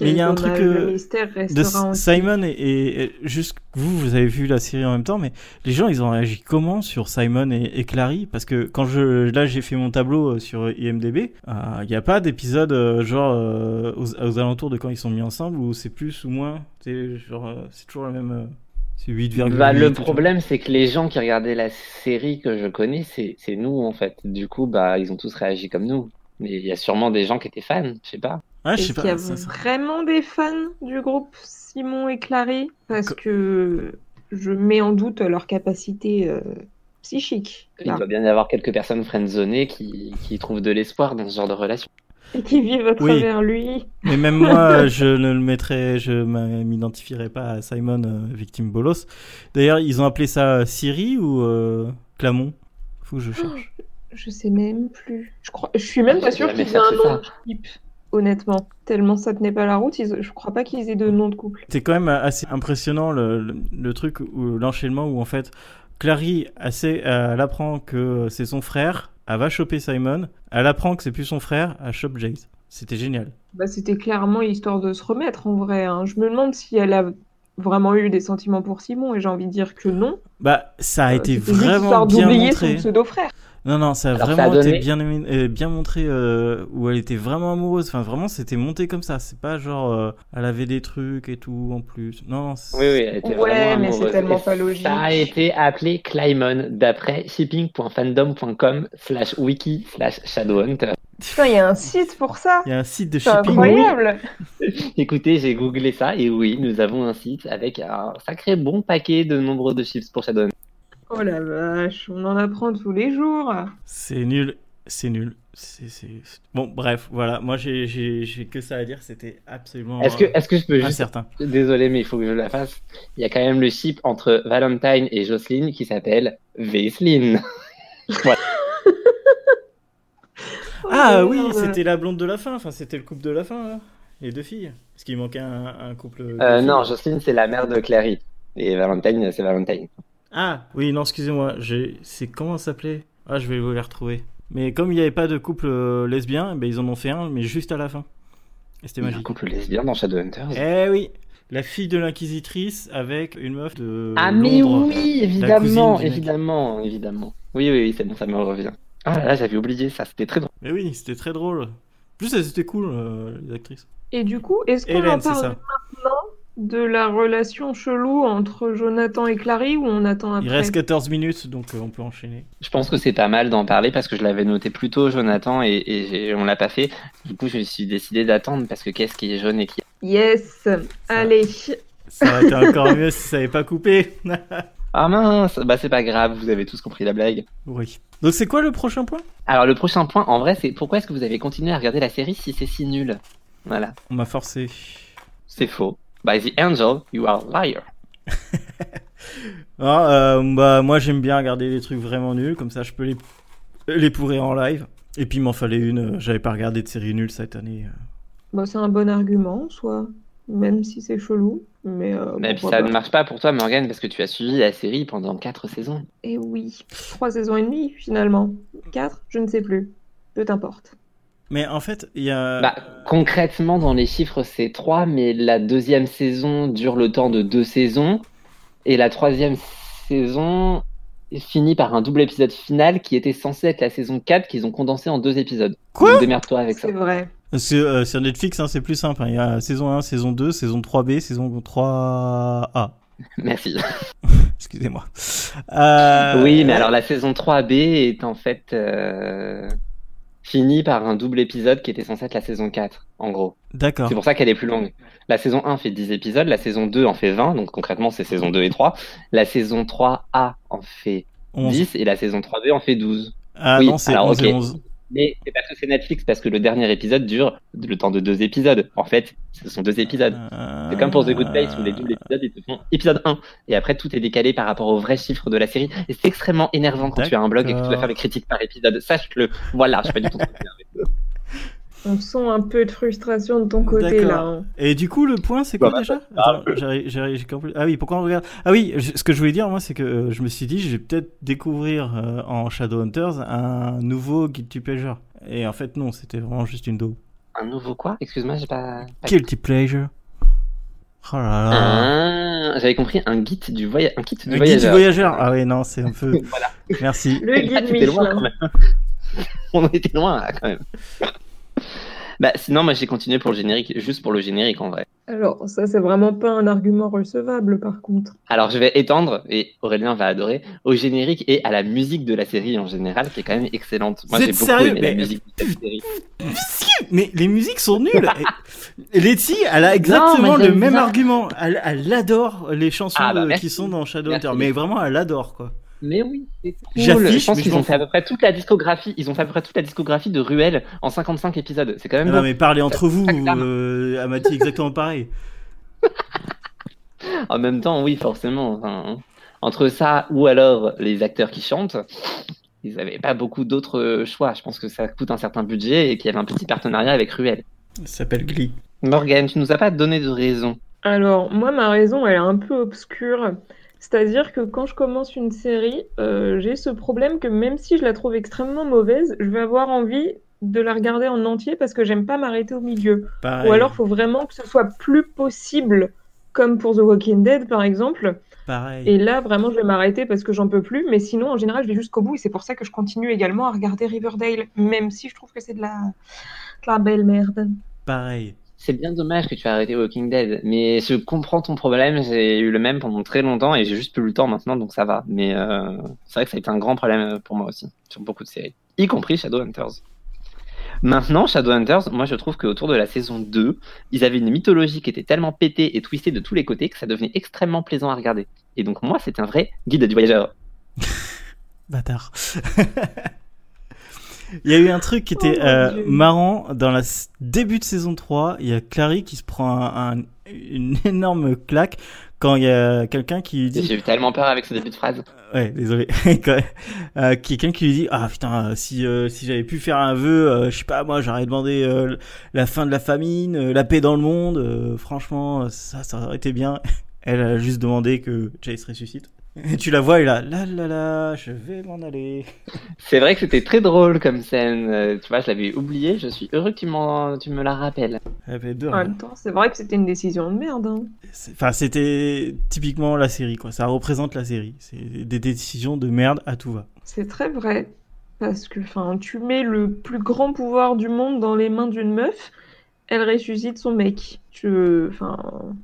Mais il y a un
Dommage,
truc, euh,
le mystère
de
restera en
Simon et, et- et juste vous, vous avez vu la série en même temps, mais les gens, ils ont réagi comment sur Simon et, et Clary Parce que quand je, là, j'ai fait mon tableau euh, sur IMDb, il n'y a pas d'épisode euh, genre euh, aux, aux alentours de quand ils sont mis ensemble où c'est plus ou moins, c'est genre, euh, c'est toujours la même, euh, c'est 8,8.
Bah, le
tu vois.
problème, c'est que les gens qui regardaient la série que je connais, c'est c'est nous, en fait. Du coup, bah, ils ont tous réagi comme nous. Mais il y a sûrement des gens qui étaient fans, je sais pas.
Ouais, Ah, je sais
Est-ce
pas.
qu'il y a
ça- ça-
vraiment des fans du groupe Simon et Clary Parce que je mets en doute leur capacité euh, psychique
Il
là,
doit bien y avoir quelques personnes friendzonées qui, qui trouvent de l'espoir dans ce genre de relation.
et [LAUGHS] qui vivent à
Oui.
travers lui.
Mais même moi, [LAUGHS] je ne le mettrais, je m- m'identifierais pas à Simon, euh, victime bolos. D'ailleurs, ils ont appelé ça Siri ou euh, Clamont Faut que je
Oh,
cherche.
Je sais même plus. Je crois, je suis même pas sûre
Jamais
qu'ils aient un
cherché
nom de type. Honnêtement, tellement ça tenait pas la route, ils- je crois pas qu'ils aient de nom de couple.
C'est quand même assez impressionnant le, le- le truc où l'enchaînement où en fait Clary elle, sait- elle apprend que c'est son frère, elle va choper Simon, elle apprend que c'est plus son frère, elle chope Jace. C'était génial.
Bah, c'était clairement histoire de se remettre en vrai. hein. Je me demande si elle a vraiment eu des sentiments pour Simon et j'ai envie de dire que non.
Bah ça a
Euh,
été
c'était juste
vraiment
histoire
bien
d'oublier
montré.
son pseudo frère.
Non non, ça a
Alors, ça
vraiment
a
été
donné-
bien euh, bien montré euh, où elle était vraiment amoureuse. Enfin vraiment c'était monté comme ça. C'est pas genre euh, elle avait des trucs et tout en plus. Non. c'est-
Oui, oui, elle était
Ouais,
vraiment
mais
amoureuse.
c'est tellement
Et
pas logique.
Ça a été appelé Climon d'après shipping.fandom.com slash wiki slash shadowhunt.
Putain, il y a un site pour ça.
Il y a un site de
C'est
shipping.
incroyable.
Écoutez, j'ai googlé ça et oui, nous avons un site avec un sacré bon paquet de nombre de chiffres pour Shadowhunt.
Oh la vache, on en apprend tous les jours.
Ah C'est nul, c'est nul. C'est, c'est- c'est- Bon, bref, voilà. Moi, j'ai, j'ai, j'ai que ça à dire. C'était absolument
Est-ce que,
euh,
est-ce que je peux juste...
incertain.
Désolé, mais il faut que je la fasse. Il y a quand même le ship entre Valentine et Jocelyn qui s'appelle Veslin.
Oh
Ah
la
oui,
merde.
c'était la blonde de la fin. Enfin, c'était le couple de la fin, là. les deux filles. Parce qu'il manquait un, un couple. de
Euh,
filles.
non, Jocelyn, c'est la mère de Clary. Et Valentine, c'est Valentine.
Ah oui, non, excusez-moi. J'ai... C'est comment ça s'appelait Ah, je vais vous les retrouver. Mais comme il n'y avait pas de couple euh, lesbien, ben, ils en ont fait un, mais juste à la fin. Et c'était
Il y a un
magique.
couple lesbien dans Shadowhunters.
Eh oui La fille de l'inquisitrice avec une meuf de.
ah, mais
Euh, Londres.
oui,
cousine
évidemment,
du mec.
évidemment, évidemment. Oui, oui, oui, c'est bon, ça me revient. Ah là là, j'avais oublié ça, c'était très drôle.
Mais oui, c'était très drôle. En Plus elles étaient cool, euh, les actrices.
Et du coup, est-ce qu'on en
Hélène, c'est
parle
ça.
de la relation chelou entre Jonathan et Clary ou on attend après
Il reste 14 minutes, donc euh, on peut enchaîner.
Je pense que c'est pas mal d'en parler parce que je l'avais noté plus tôt, Jonathan, et, et j'ai- on l'a pas fait. Du coup, je me suis décidé d'attendre parce que qu'est-ce qui est jaune et qui.
Yes Allez
Ça aurait été encore mieux si ça n'avait pas coupé. [LAUGHS]
Ah mince, bah c'est pas grave, vous avez tous compris la blague.
oui. Donc c'est quoi le prochain point
Alors le prochain point, en vrai, c'est pourquoi est-ce que vous avez continué à regarder la série si c'est si nul Voilà,
On m'a forcé.
c'est faux. By the angel, you are a liar.
Ah, euh, bah, moi j'aime bien regarder des trucs vraiment nuls, comme ça je peux les, les pourrir en live. Et puis il m'en fallait une, euh, j'avais pas regardé de série nulle cette année. euh.
Bon, C'est un bon argument, soit, même si c'est chelou. Mais, euh,
Mais puis
pourquoi
ça
pas.
ne marche pas pour toi, Morgane, parce que tu as suivi la série pendant 4 saisons.
Et oui, trois saisons et demie finalement. Quatre, je ne sais plus. Peu importe.
Mais en fait, il y a.
Bah, concrètement, dans les chiffres, c'est 3, mais la deuxième saison dure le temps de deux saisons. Et la troisième saison finit par un double épisode final qui était censé être la saison 4 qu'ils ont condensé en deux épisodes.
Quoi
Donc, Démerde-toi avec ça.
C'est vrai.
Sur, euh, sur Netflix, hein, c'est plus simple. hein. Il y a saison 1, saison 2, saison 3B, saison 3A.
Merci.
Excusez-moi. Euh,
[LAUGHS] Oui, mais alors la saison 3B est en fait euh, finie par un double épisode qui était censé être la saison 4, en gros.
D'accord.
C'est pour ça qu'elle est plus longue. La saison 1 fait 10 épisodes, la saison 2 en fait 20, donc concrètement c'est saison 2 et 3. La saison 3A en fait
Onze.
10 et la saison 3B en fait 12.
Ah
Oui,
non, c'est
alors,
11 et
ok.
11.
Mais c'est parce que c'est Netflix, parce que le dernier épisode dure le temps de deux épisodes. En fait, ce sont deux épisodes.
Euh,
C'est comme pour The Good Place où les doubles épisodes ils te font épisode 1 et après tout est décalé par rapport aux vrais chiffres de la série et c'est extrêmement énervant quand tu as un blog et que tu dois
D'accord.
faire des critiques par épisode. Sache-le. Voilà, je suis pas du tout.
On sent un peu de frustration de ton côté
D'accord.
là. hein.
Et du coup, le point, c'est quoi
Bah, bah,
déjà
ça,
Attends, j'arrive- j'arrive- j'ai compris. Ah oui, pourquoi on regarde Ah oui, je- ce que je voulais dire, moi, c'est que euh, je me suis dit, je vais peut-être découvrir euh, en Shadowhunters un nouveau guilty pleasure. Et en fait, non, c'était vraiment juste une daube.
Un nouveau quoi Excuse-moi, j'ai pas. pas-
Guilty pleasure. Oh là là.
Ah, J'avais compris un guide du voyage, un kit du
Un guide du
voyageur.
voyageur. Ah oui, non, c'est un peu.
[LAUGHS] Voilà.
Merci.
Le
[LAUGHS] Ah,
guide
t'étais loin quand
Michelin.
même. [LAUGHS] On était loin là, quand même. bah sinon, moi j'ai continué pour le générique, juste pour le générique en vrai.
Alors, ça, c'est vraiment pas un argument recevable par contre.
Alors je vais étendre et Aurélien va adorer au générique et à la musique de la série en général, qui est quand même excellente. Moi
Vous
j'ai
êtes
beaucoup
sérieux,
aimé
mais-
la musique de cette série.
Mais les musiques sont
[LAUGHS]
nulles. Et Letty, elle a
Non,
exactement le
mais j'aime
même
bien.
argument. Elle, elle adore les chansons
Ah, bah,
de- qui
merci.
sont dans Shadowhunter.
Merci.
Mais vraiment, elle adore quoi.
Mais oui, c'est cool.
J'affiche,
Je
mais
pense
je
qu'ils
m'en
ont fait à peu près toute la discographie. Ils ont fait à peu près toute la discographie de Ruel en 55 épisodes. C'est quand même.
Ah
beau.
non, mais parlez entre vous.
Ah, clairement.
Euh, elle m'a dit exactement pareil.
En même temps, oui, forcément. enfin, hein. entre ça ou alors les acteurs qui chantent, ils n'avaient pas beaucoup d'autres euh, choix. Je pense que ça coûte un certain budget et qu'il y avait un petit partenariat avec Ruel.
Ça s'appelle Glee.
Morgan, tu nous as pas donné de raison.
Alors, moi, ma raison, elle est un peu obscure. C'est-à-dire que quand je commence une série, euh, j'ai ce problème que même si je la trouve extrêmement mauvaise, je vais avoir envie de la regarder en entier parce que j'aime pas m'arrêter au milieu.
Pareil.
Ou alors, faut vraiment que ce soit plus possible, comme pour The Walking Dead, par exemple.
Pareil.
Et là, vraiment, je vais m'arrêter parce que j'en peux plus. Mais sinon, en général, je vais jusqu'au bout. Et c'est pour ça que je continue également à regarder Riverdale, même si je trouve que c'est de la... de la belle merde.
Pareil.
C'est bien dommage que tu aies arrêté Walking Dead, mais je comprends ton problème. J'ai eu le même pendant très longtemps et j'ai juste plus le temps maintenant, donc ça va. Mais euh, c'est vrai que ça a été un grand problème pour moi aussi, sur beaucoup de séries, y compris Shadowhunters. Maintenant, Shadowhunters, moi je trouve qu'autour de la saison 2, ils avaient une mythologie qui était tellement pétée et twistée de tous les côtés que ça devenait extrêmement plaisant à regarder. Et donc moi, c'était un vrai guide du voyageur.
Bâtard. [LAUGHS] Il y a eu un truc qui
Oh
était
mon
euh,
Dieu.
marrant dans la s- début de saison 3. Il y a Clary qui se prend un- un- une énorme claque quand il y a quelqu'un qui lui
Et
dit
J'ai eu tellement peur avec ce début de phrase.
Ouais, désolé. [LAUGHS] Quand- euh, Quelqu'un qui lui dit Ah putain, euh, si, euh, si j'avais pu faire un vœu, euh, je sais pas, moi j'aurais demandé euh, la fin de la famine, euh, la paix dans le euh, [LAUGHS] monde. euh, franchement, ça, ça aurait été bien. Elle a juste demandé que Jace ressuscite. Et tu la vois, et là, là, là, là, je vais m'en aller.
C'est vrai que c'était très drôle comme scène. Euh, Tu vois, je l'avais oublié. Je suis heureux que tu, m'en- tu me la rappelles.
Elle fait deux
En même temps, c'est vrai que c'était une décision de merde. hein.
C'est- Enfin, c'était typiquement la série, quoi. Ça représente la série. C'est des décisions de merde à tout va.
C'est très vrai. Parce que enfin, tu mets le plus grand pouvoir du monde dans les mains d'une meuf, elle ressuscite son mec. Tu... Enfin,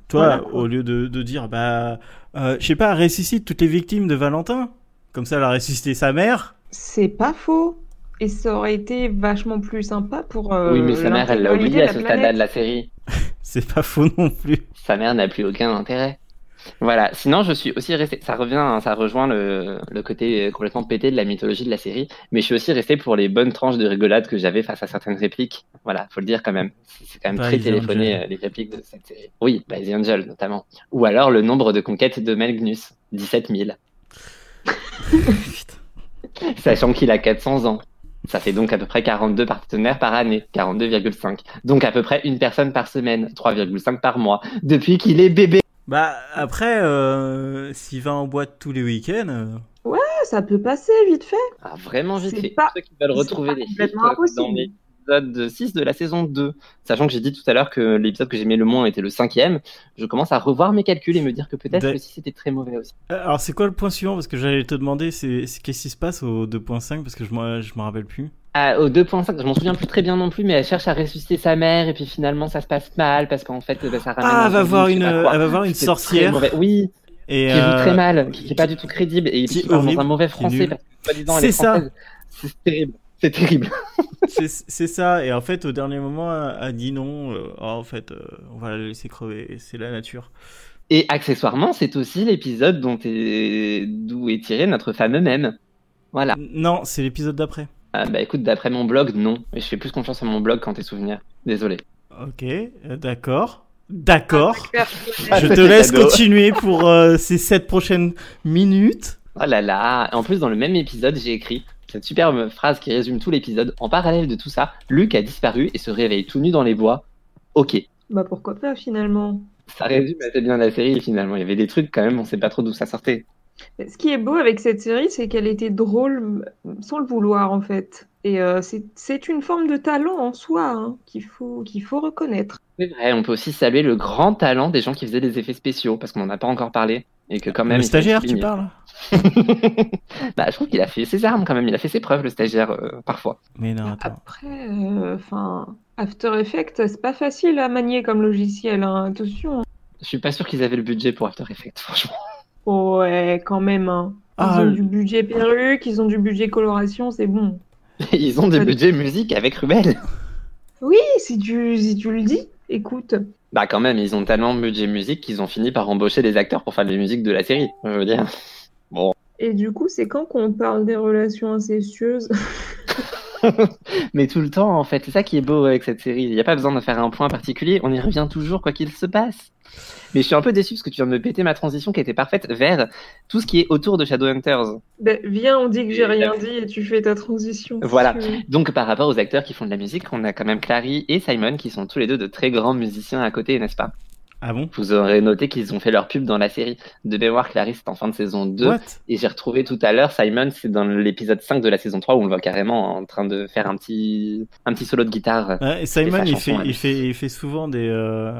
Toi,
Voilà, quoi.
au lieu de, de dire, bah, euh, je sais pas, ressuscite toutes les victimes de Valentin. Comme ça, elle a ressuscité sa mère.
c'est pas faux. Et ça aurait été vachement plus sympa pour. euh,
oui, mais sa mère, elle l'a oublié à
l'intégralité
ce
de la
stade-là
planète.
de la série.
C'est pas [LAUGHS] faux non plus.
Sa mère n'a plus aucun intérêt. Voilà. Sinon, je suis aussi resté. Ça revient, hein, ça rejoint le, le côté euh, complètement pété de la mythologie de la série. Mais je suis aussi resté pour les bonnes tranches de rigolade que j'avais face à certaines répliques. Voilà, faut le dire quand même. C'est c'est quand même
By
très
the
téléphoné
Angel.
euh, les répliques de cette série. Oui, bah, The Angel notamment. Ou alors le nombre de conquêtes de Melgnus, 17 000.
Putain.
Sachant qu'il a 400 ans. Ça fait donc à peu près 42 partenaires par année, 42,5. Donc à peu près une personne par semaine, 3,5 par mois, depuis qu'il est bébé.
Bah, après, euh, s'il va en boîte tous les week-ends, euh,
Ah, ça peut passer vite fait.
Ah, vraiment vite
C'est
fait.
pas-
Ceux qui veulent
c'est
retrouver
pas
les chiffres
complètement
dans
impossible.
l'épisode 6 de la saison 2. Sachant que j'ai dit tout à l'heure que l'épisode que j'aimais le moins était le cinquième, je commence à revoir mes calculs et me dire que peut-être
D'ac-
que si c'était très mauvais aussi.
Euh, Alors, c'est quoi le point suivant Parce que j'allais te demander, c'est c'est qu'est-ce qui se passe au 2.5 Parce que je m'en je m'en rappelle plus.
Ah, au 2.5, je m'en souviens plus très bien non plus, mais elle cherche à ressusciter sa mère et puis finalement ça se passe mal parce qu'en fait bah, ça ramène.
Ah,
un
elle va
zombie,
voir
je sais
une,
pas
elle
quoi.
va voir une
C'est très
sorcière
mauvais. Oui,
et
qui joue très
euh,
mal, qui qui est pas du tout crédible et
qui est
qui euh, parle dans
horrible,
un mauvais
qui est
français
nul.
parce que soi-disant, elle
C'est
est
ça.
française. C'est terrible. C'est terrible.
c'est c'est ça. Et en fait, au dernier moment, elle elle dit non. euh, oh, en fait, euh, on va la laisser crever. C'est la nature.
Et accessoirement, c'est aussi l'épisode dont est... d'où est tiré notre fameux mème. Voilà.
Non, c'est l'épisode d'après.
Ah, bah écoute, d'après mon blog, non. Mais je fais plus confiance à mon blog qu'en tes souvenirs. Désolé.
Ok, euh, d'accord, d'accord.
Ah,
Je te
petit
laisse
cadeau.
continuer pour euh, ces 7 prochaines minutes.
Oh là là. En plus, dans le même épisode, j'ai écrit cette superbe phrase qui résume tout l'épisode. En parallèle de tout ça, Luc a disparu et se réveille tout nu dans les bois. Ok.
Bah pourquoi pas finalement.
Ça résume assez bien la série finalement. Il y avait des trucs quand même, on sait pas trop d'où ça sortait.
Ce qui est beau avec cette série, c'est qu'elle était drôle m- sans le vouloir en fait. Et euh, c'est- c'est une forme de talent en soi hein, qu'il faut, qu'il faut reconnaître.
C'est vrai, bah, on peut aussi saluer le grand talent des gens qui faisaient des effets spéciaux, parce qu'on n'en a pas encore parlé. Et que quand même.
le
il faut le
stagiaire, tu
souligner.
parles
[LAUGHS] Bah, je trouve qu'il a fait ses armes quand même, il a fait ses preuves, le stagiaire, euh, parfois.
Mais non, attends.
Après, euh, enfin, After Effects, c'est pas facile à manier comme logiciel. hein, Attention.
Je suis pas sûr qu'ils avaient le budget pour After Effects, franchement. [LAUGHS]
Ouais, quand même. hein. Ils
Ah,
ont
le-
du budget perruque, ils ont du budget coloration, c'est bon.
Ils ont des
Allez.
budgets musique avec Rubel.
Oui, si tu, si tu le dis, écoute.
Bah, quand même, ils ont tellement de budget musique qu'ils ont fini par embaucher des acteurs pour faire les musiques de la série. Je veux dire.
Et du coup, c'est quand qu'on parle des relations incestueuses
Mais tout le temps, en fait, c'est ça qui est beau avec cette série. Il n'y a pas besoin de faire un point particulier, on y revient toujours quoi qu'il se passe. Mais je suis un peu déçu parce que tu viens de me péter ma transition qui était parfaite vers tout ce qui est autour de Shadowhunters.
Ben, Viens, on dit que j'ai
Et la-
rien dit et tu fais ta transition. si
Voilà.
tu veux.
Donc par rapport aux acteurs qui font de la musique, on a quand même Clary et Simon qui sont tous les deux de très grands musiciens à côté, n'est-ce pas
Ah bon
Vous aurez noté qu'ils ont fait leur pub dans la série. De mémoire, Clary c'est en fin de saison 2.
What
Et j'ai retrouvé tout à l'heure Simon, c'est dans l'épisode 5 de la saison 3 où on le voit carrément en train de faire un petit, un petit solo de guitare.
Ouais, Ah, et Simon,
sa
il fait,
chanson, elle.
il, fait, il fait souvent des, euh,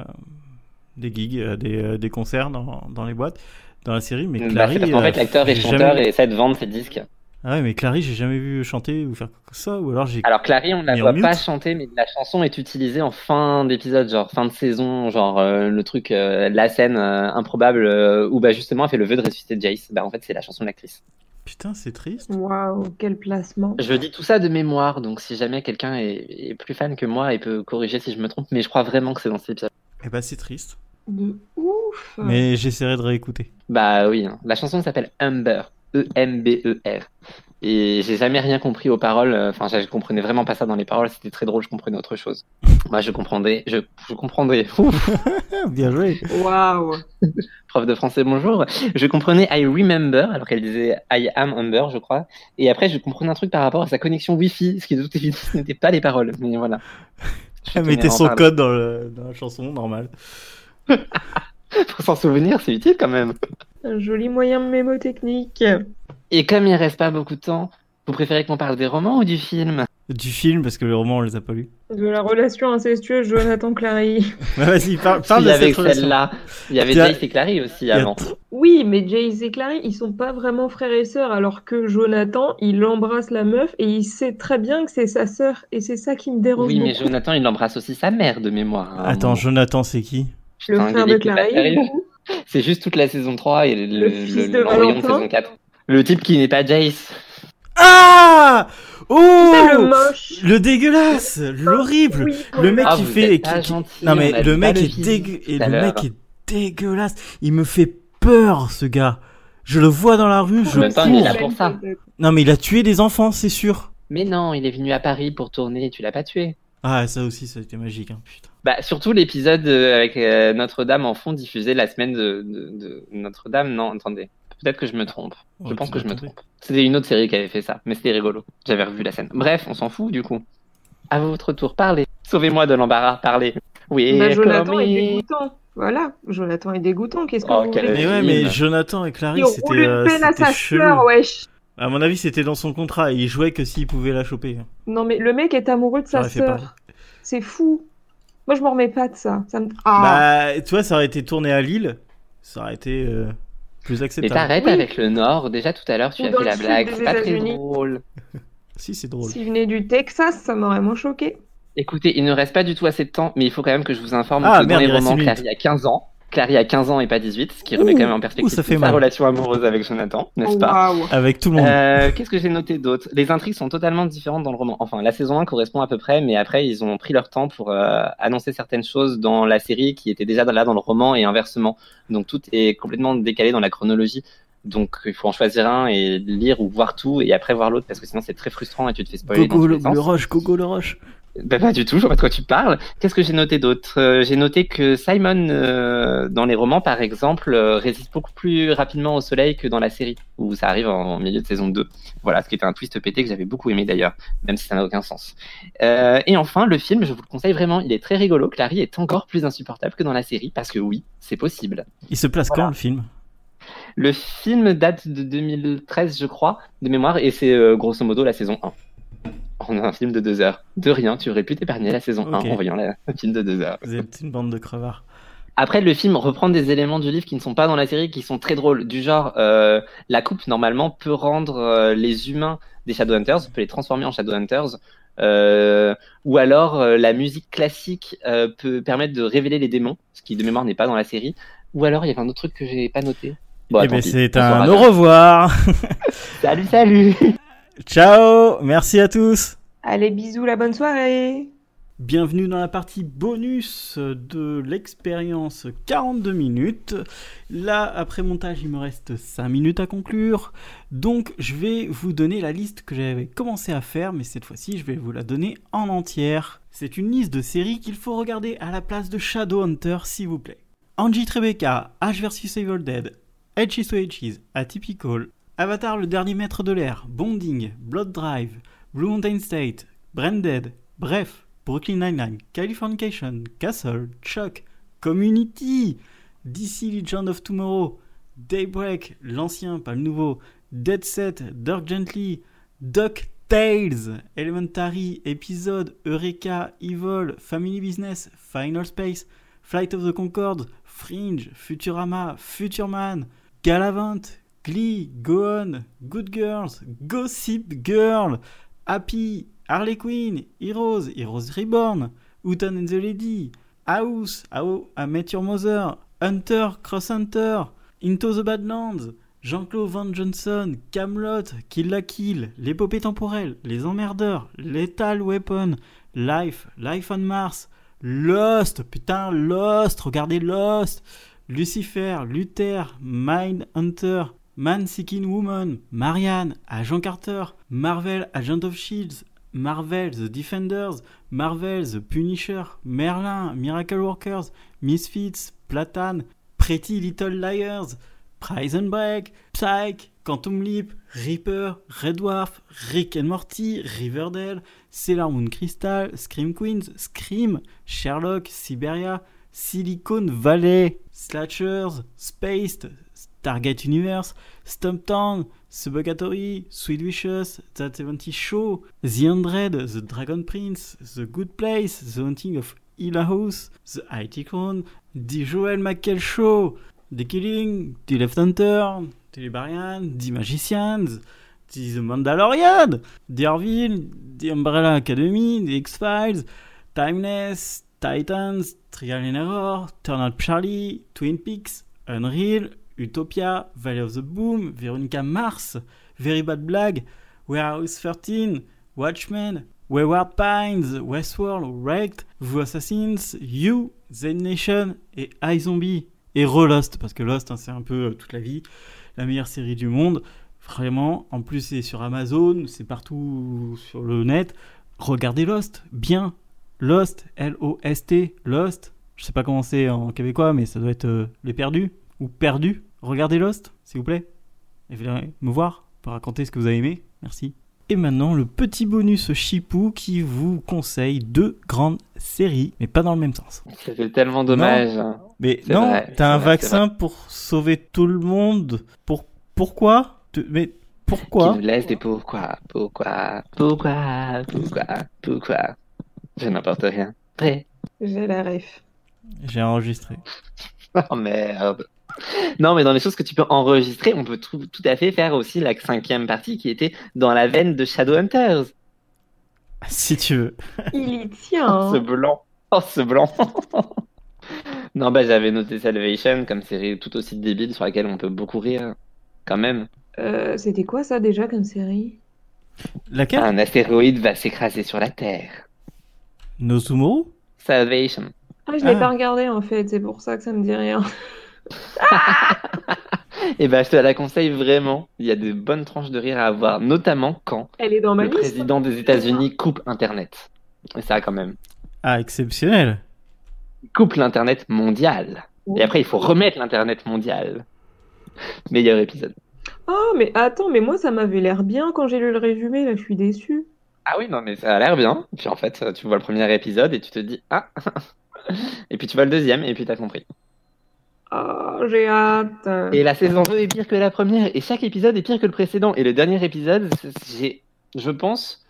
des gigs, euh, des, euh, des concerts dans, dans les boîtes, dans la série, mais
Bah,
Clary.
c'est parce qu'en
euh,
fait, l'acteur est
j'ai
chanteur
jamais-
et essaie de vendre ses disques.
Ah ouais, mais Clary, j'ai jamais vu chanter ou faire quoi que ce soit, ou alors j'ai.
Alors, Clary, on la
Mais en
voit
mute.
pas chanter, mais la chanson est utilisée en fin d'épisode, genre fin de saison, genre euh, le truc, euh, la scène euh, improbable euh, où bah, justement elle fait le vœu de ressusciter Jace. Bah, en fait, c'est la chanson de l'actrice.
Putain, c'est triste.
Waouh, quel placement.
Je dis tout ça de mémoire, donc si jamais quelqu'un est, est plus fan que moi, il peut corriger si je me trompe, mais je crois vraiment que c'est dans cet épisode.
Eh bah, c'est triste.
De ouf.
Mais j'essaierai de réécouter.
Bah oui, hein. la chanson s'appelle E Umber, E-M-B-E-R. Et j'ai jamais rien compris aux paroles, euh, enfin je comprenais vraiment pas ça dans les paroles, c'était très drôle, je comprenais autre chose. Moi je comprenais, je, je comprenais, [LAUGHS] Ouf,
Ah, bien joué.
Waouh.
prof de français bonjour, je comprenais I remember, alors qu'elle disait I am Umber je crois, et après je comprenais un truc par rapport à sa connexion Wi-Fi, ce qui de toute évidence [LAUGHS] n'était pas les paroles, mais voilà. Je
Elle
tenais à
mettait
en
Ah, son
parler.
code dans, le- dans la chanson, normal.
Pour s'en souvenir, c'est utile quand même.
Un joli moyen mémotechnique.
Et comme il reste pas beaucoup de temps, vous préférez qu'on parle des romans ou du film
Du film, parce que le roman, on les a pas lus. [LAUGHS]
De la relation incestueuse Jonathan Clary.
Bah, Vas-y, parle, parle
Il y
de
avait
cette relation.
celle-là. Il y avait
Il y a-
Jace et Clary aussi
Il y a
avant.
tr-
Oui, mais Jay et Clary, ils sont pas vraiment frères et sœurs, alors que Jonathan, il embrasse la meuf et il sait très bien que c'est sa sœur, et c'est ça qui me dérange
Oui, mais
beaucoup.
Jonathan, il embrasse aussi sa mère de mémoire. hein. à un
Attends,
moment.
Jonathan, c'est qui
Le
Putain,
frère de
Angélique, t'es pas
Clary,
sérieux C'est juste toute la saison 3 et le-
Le fils de
le- l'embryon de
Valentin.
saison 4. Le type qui n'est pas Jace.
Ah Oh
c'est le moche.
Le dégueulasse L'horrible
Oui,
Le mec
Ah,
qui
vous
fait.
êtes pas
qui- qui-
gentil,
Non
on a
mais
pas
le mec est
physique
dégueu.
tout
Et
à
le mec
l'heure.
est dégueulasse. Il me fait peur, ce gars. Je le vois dans la rue, je
même temps, il est là
cours.
pour ça.
Non mais il a tué des enfants, c'est sûr.
Mais non, il est venu à Paris pour tourner, tu l'as pas tué.
Ah ça aussi, ça a été magique, hein, putain.
Bah, surtout l'épisode euh, avec euh, Notre-Dame en fond diffusé la semaine de, de- de Notre-Dame. Non, attendez. Peut-être que je me trompe. Je
Ouais,
pense
tu
que
vas
je me
tomber.
trompe. C'était une autre série qui avait fait ça, mais c'était rigolo. J'avais revu la scène. Bref, on s'en fout du coup. À votre tour, parlez. Sauvez-moi de l'embarras, parlez. Oui,
Bah, Jonathan est
commis.
dégoûtant. Voilà, Jonathan est dégoûtant. Qu'est-ce que
Oh,
vous
quel
voulez
Mais
Euh,
ouais,
il-
mais Jonathan et Clarisse,
Il
c'était
roule une
euh,
pelle à
c'était
sa
chelou.
sœur, wesh.
À mon avis, c'était dans son contrat. Il jouait que s'il pouvait la choper. hein.
Non, mais le mec est amoureux de sa
J'aurais fait pareil.
sœur. C'est fou. Moi, je m'en remets pas de ça. ça me... Ah,
Bah, tu vois, ça aurait été tourné à Lille, ça aurait été euh, plus
Mais
acceptable.
t'arrêtes
Oui.
avec le Nord. Déjà tout à l'heure, tu
Ou
as
dans
fait
le
la
sud
blague.
des
C'est pas très
États-Unis.
drôle.
Si, c'est drôle.
s'il venait du Texas, ça m'aurait moins choqué.
Écoutez, il ne reste pas du tout assez de temps, mais il faut quand même que je vous informe
Ah,
que
merde,
dans
il
les
reste
romans,
une
Clary a 15 ans. Clary a 15 ans et pas 18, ce qui
Ouh,
remet quand même en
ouh,
perspective
ça fait
toute sa
mal.
relation amoureuse avec Jonathan, n'est-ce
Oh,
pas
waouh.
Avec tout le monde.
Euh, Qu'est-ce que j'ai noté d'autre Les intrigues sont totalement différentes dans le roman. Enfin, la saison 1 correspond à peu près, mais après, ils ont pris leur temps pour euh, annoncer certaines choses dans la série qui étaient déjà là dans le roman et inversement. Donc, tout est complètement décalé dans la chronologie. Donc, il faut en choisir un et lire ou voir tout et après voir l'autre parce que sinon, c'est très frustrant et tu te fais spoiler. Euh, dans
Gogo
tous
le,
les sens.
le Roche, Gogo le Roche.
Bah, pas du tout, je vois pas de quoi tu parles. Qu'est-ce que j'ai noté d'autre Euh, J'ai noté que Simon, euh, dans les romans par exemple, euh, résiste beaucoup plus rapidement au soleil que dans la série, où ça arrive en, en milieu de saison 2. Voilà, ce qui était un twist pété que j'avais beaucoup aimé d'ailleurs, même si ça n'a aucun sens. Euh, et enfin, le film, je vous le conseille vraiment, il est très rigolo. Clary est encore plus insupportable que dans la série, parce que oui, c'est possible.
Il se place quand le film
Le film date de 2013, je crois, de mémoire, et c'est euh, grosso modo la saison 1. On a un film de deux heures. De rien, tu aurais pu t'épargner la saison 1
Ok.
en voyant la- [LAUGHS] le film de deux heures.
Vous êtes une bande de crevards.
Après, le film reprend des éléments du livre qui ne sont pas dans la série, qui sont très drôles. Du genre, euh, la coupe, normalement, peut rendre euh, les humains des Shadowhunters, peut les transformer en Shadowhunters. Euh, ou alors, euh, la musique classique euh, peut permettre de révéler les démons, ce qui, de mémoire, n'est pas dans la série. Ou alors, il y avait un autre truc que j'ai pas noté. Bon,
eh
tant
ben,
pis.
c'est
On
un
saura
au revoir.
Salut, salut
Ciao, merci à tous.
Allez, bisous, la bonne soirée.
Bienvenue dans la partie bonus de l'expérience 42 minutes. Là, après montage, il me reste 5 minutes à conclure. Donc, je vais vous donner la liste que j'avais commencé à faire, mais cette fois-ci, je vais vous la donner en entière. C'est une liste de séries qu'il faut regarder à la place de Shadowhunter, s'il vous plaît. Angie Tribeca, Ash vs Evil Dead, Edges to Edges, Atypical, Avatar le dernier maître de l'air, Bonding, Blood Drive, Blue Mountain State, Branded, Bref, Brooklyn Nine-Nine, Californication, Castle, Chuck, Community, DC Legend of Tomorrow, Daybreak, l'ancien, pas le nouveau, Dead Set, Dirk Gently, Duck Tales, Elementary, Episode, Eureka, Evil, Family Business, Final Space, Flight of the Concorde, Fringe, Futurama, Futurman, Galavant, Glee, Goon, Good Girls, Gossip Girl, Happy, Harley Quinn, Heroes, Heroes Reborn, Houghton and the Lady, House, How I Met Your Mother, Hunter, Cross Hunter, Into the Badlands, Jean-Claude Van Johnson, Camelot, Kill la Kill, L'épopée temporelle, Les emmerdeurs, Lethal Weapon, Life, Life on Mars, Lost, putain, Lost, regardez Lost, Lucifer, Luther, Mindhunter, Man Seeking Woman, Marianne, Agent Carter, Marvel, Agent of Shields, Marvel, The Defenders, Marvel, The Punisher, Merlin, Miracle Workers, Misfits, Platane, Pretty Little Liars, Prison Break, Psych, Quantum Leap, Reaper, Red Dwarf, Rick and Morty, Riverdale, Sailor Moon Crystal, Scream Queens, Scream, Sherlock, Siberia, Silicon Valley, Slashers, Spaced, Target Universe, Stumptown, Subagatory, Sweet Wishes, That 70 Show, The Hundred, The Dragon Prince, The Good Place, The Haunting of Hill House, The IT Crown, The Joel McHale Show, The Killing, The Left Hunter, The Liberian, The Magicians, The Mandalorian, The Orville, The Umbrella Academy, The X-Files, Timeless, Titans, Trial and Error, Turn Out Charlie, Twin Peaks, Unreal, Utopia, Valley of the Boom, Veronica Mars, Very Bad Blague, Warehouse 13, Watchmen, Wayward Pines, Westworld, Wrecked, The Assassins, You, The Nation et iZombie. Et Relost, parce que Lost, hein, c'est un peu euh, toute la vie, la meilleure série du monde. Vraiment, en plus, c'est sur Amazon, c'est partout sur le net. Regardez Lost, bien. Lost, L-O-S-T, Lost. Je sais pas comment c'est en québécois, mais ça doit être euh, Les Perdus ou Perdus. Regardez Lost, s'il vous plaît. Et venez me voir pour raconter ce que vous avez aimé. Merci. Et maintenant, le petit bonus chipou qui vous conseille deux grandes séries, mais pas dans le même sens.
Ça fait tellement dommage.
Mais
C'est
non,
vrai,
t'as
c'est
un
vrai, c'est
vaccin pour sauver tout le monde. Pour pourquoi Te- Mais
Qui
pourquoi
nous laisse des pourquoi, pourquoi, pourquoi, pourquoi, pourquoi. Je n'importe rien. Prêt.
J'ai la ref.
J'ai enregistré.
Oh merde. Non, mais dans les choses que tu peux enregistrer, on peut tout, tout à fait faire aussi la cinquième partie qui était dans la veine de Shadowhunters.
Si tu veux.
Il y
[LAUGHS]
tient.
Oh, ce
hein.
blanc. Oh, ce blanc. [LAUGHS] non, bah j'avais noté Salvation comme série tout aussi débile sur laquelle on peut beaucoup rire. Quand même,
Euh, C'était quoi ça déjà comme série
Laquelle
un astéroïde va s'écraser sur la Terre.
Nozumo
Salvation.
Ah, je l'ai
Ah.
pas regardé en fait, c'est pour ça que ça me dit rien. [LAUGHS]
Et ben, je te la conseille vraiment. Il y a de bonnes tranches de rire à avoir, notamment quand
Elle est dans ma
le
liste.
président des États-Unis coupe Internet. Et ça, quand même.
Ah, exceptionnel.
Coupe l'Internet mondial. Et après, il faut remettre l'Internet mondial. Meilleur épisode.
Oh, mais attends, mais moi ça m'avait l'air bien quand j'ai lu le résumé, là je suis déçue.
Ah oui, non, mais ça a l'air bien. Puis en fait, tu vois le premier épisode et tu te dis Ah [LAUGHS] Et puis tu vois le deuxième et puis t'as compris.
Ah, j'ai hâte.
Et la saison 2 est pire que la première et chaque épisode est pire que le précédent. Et le dernier épisode, c'est- j'ai, je pense,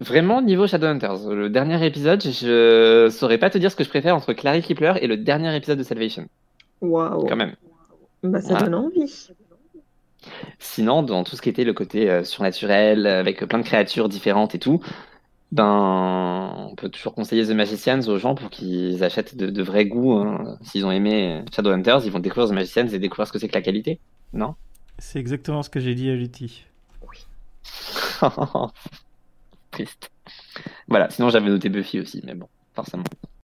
vraiment niveau Shadowhunters. Le dernier épisode, je saurais pas te dire ce que je préfère entre Clary Kipler et le dernier épisode de Salvation,
Waouh.
quand même.
Bah ça
Ah.
donne envie.
Sinon, dans tout ce qui était le côté euh, surnaturel, euh, avec plein de créatures différentes et tout, ben, on peut toujours conseiller The Magicians aux gens pour qu'ils achètent de, de vrais goûts. hein. S'ils ont aimé euh, Shadowhunters, ils vont découvrir The Magicians et découvrir ce que c'est que la qualité. Non
C'est exactement ce que j'ai dit à Lutti.
[LAUGHS] Triste. Voilà, sinon j'avais noté Buffy aussi, mais bon, forcément.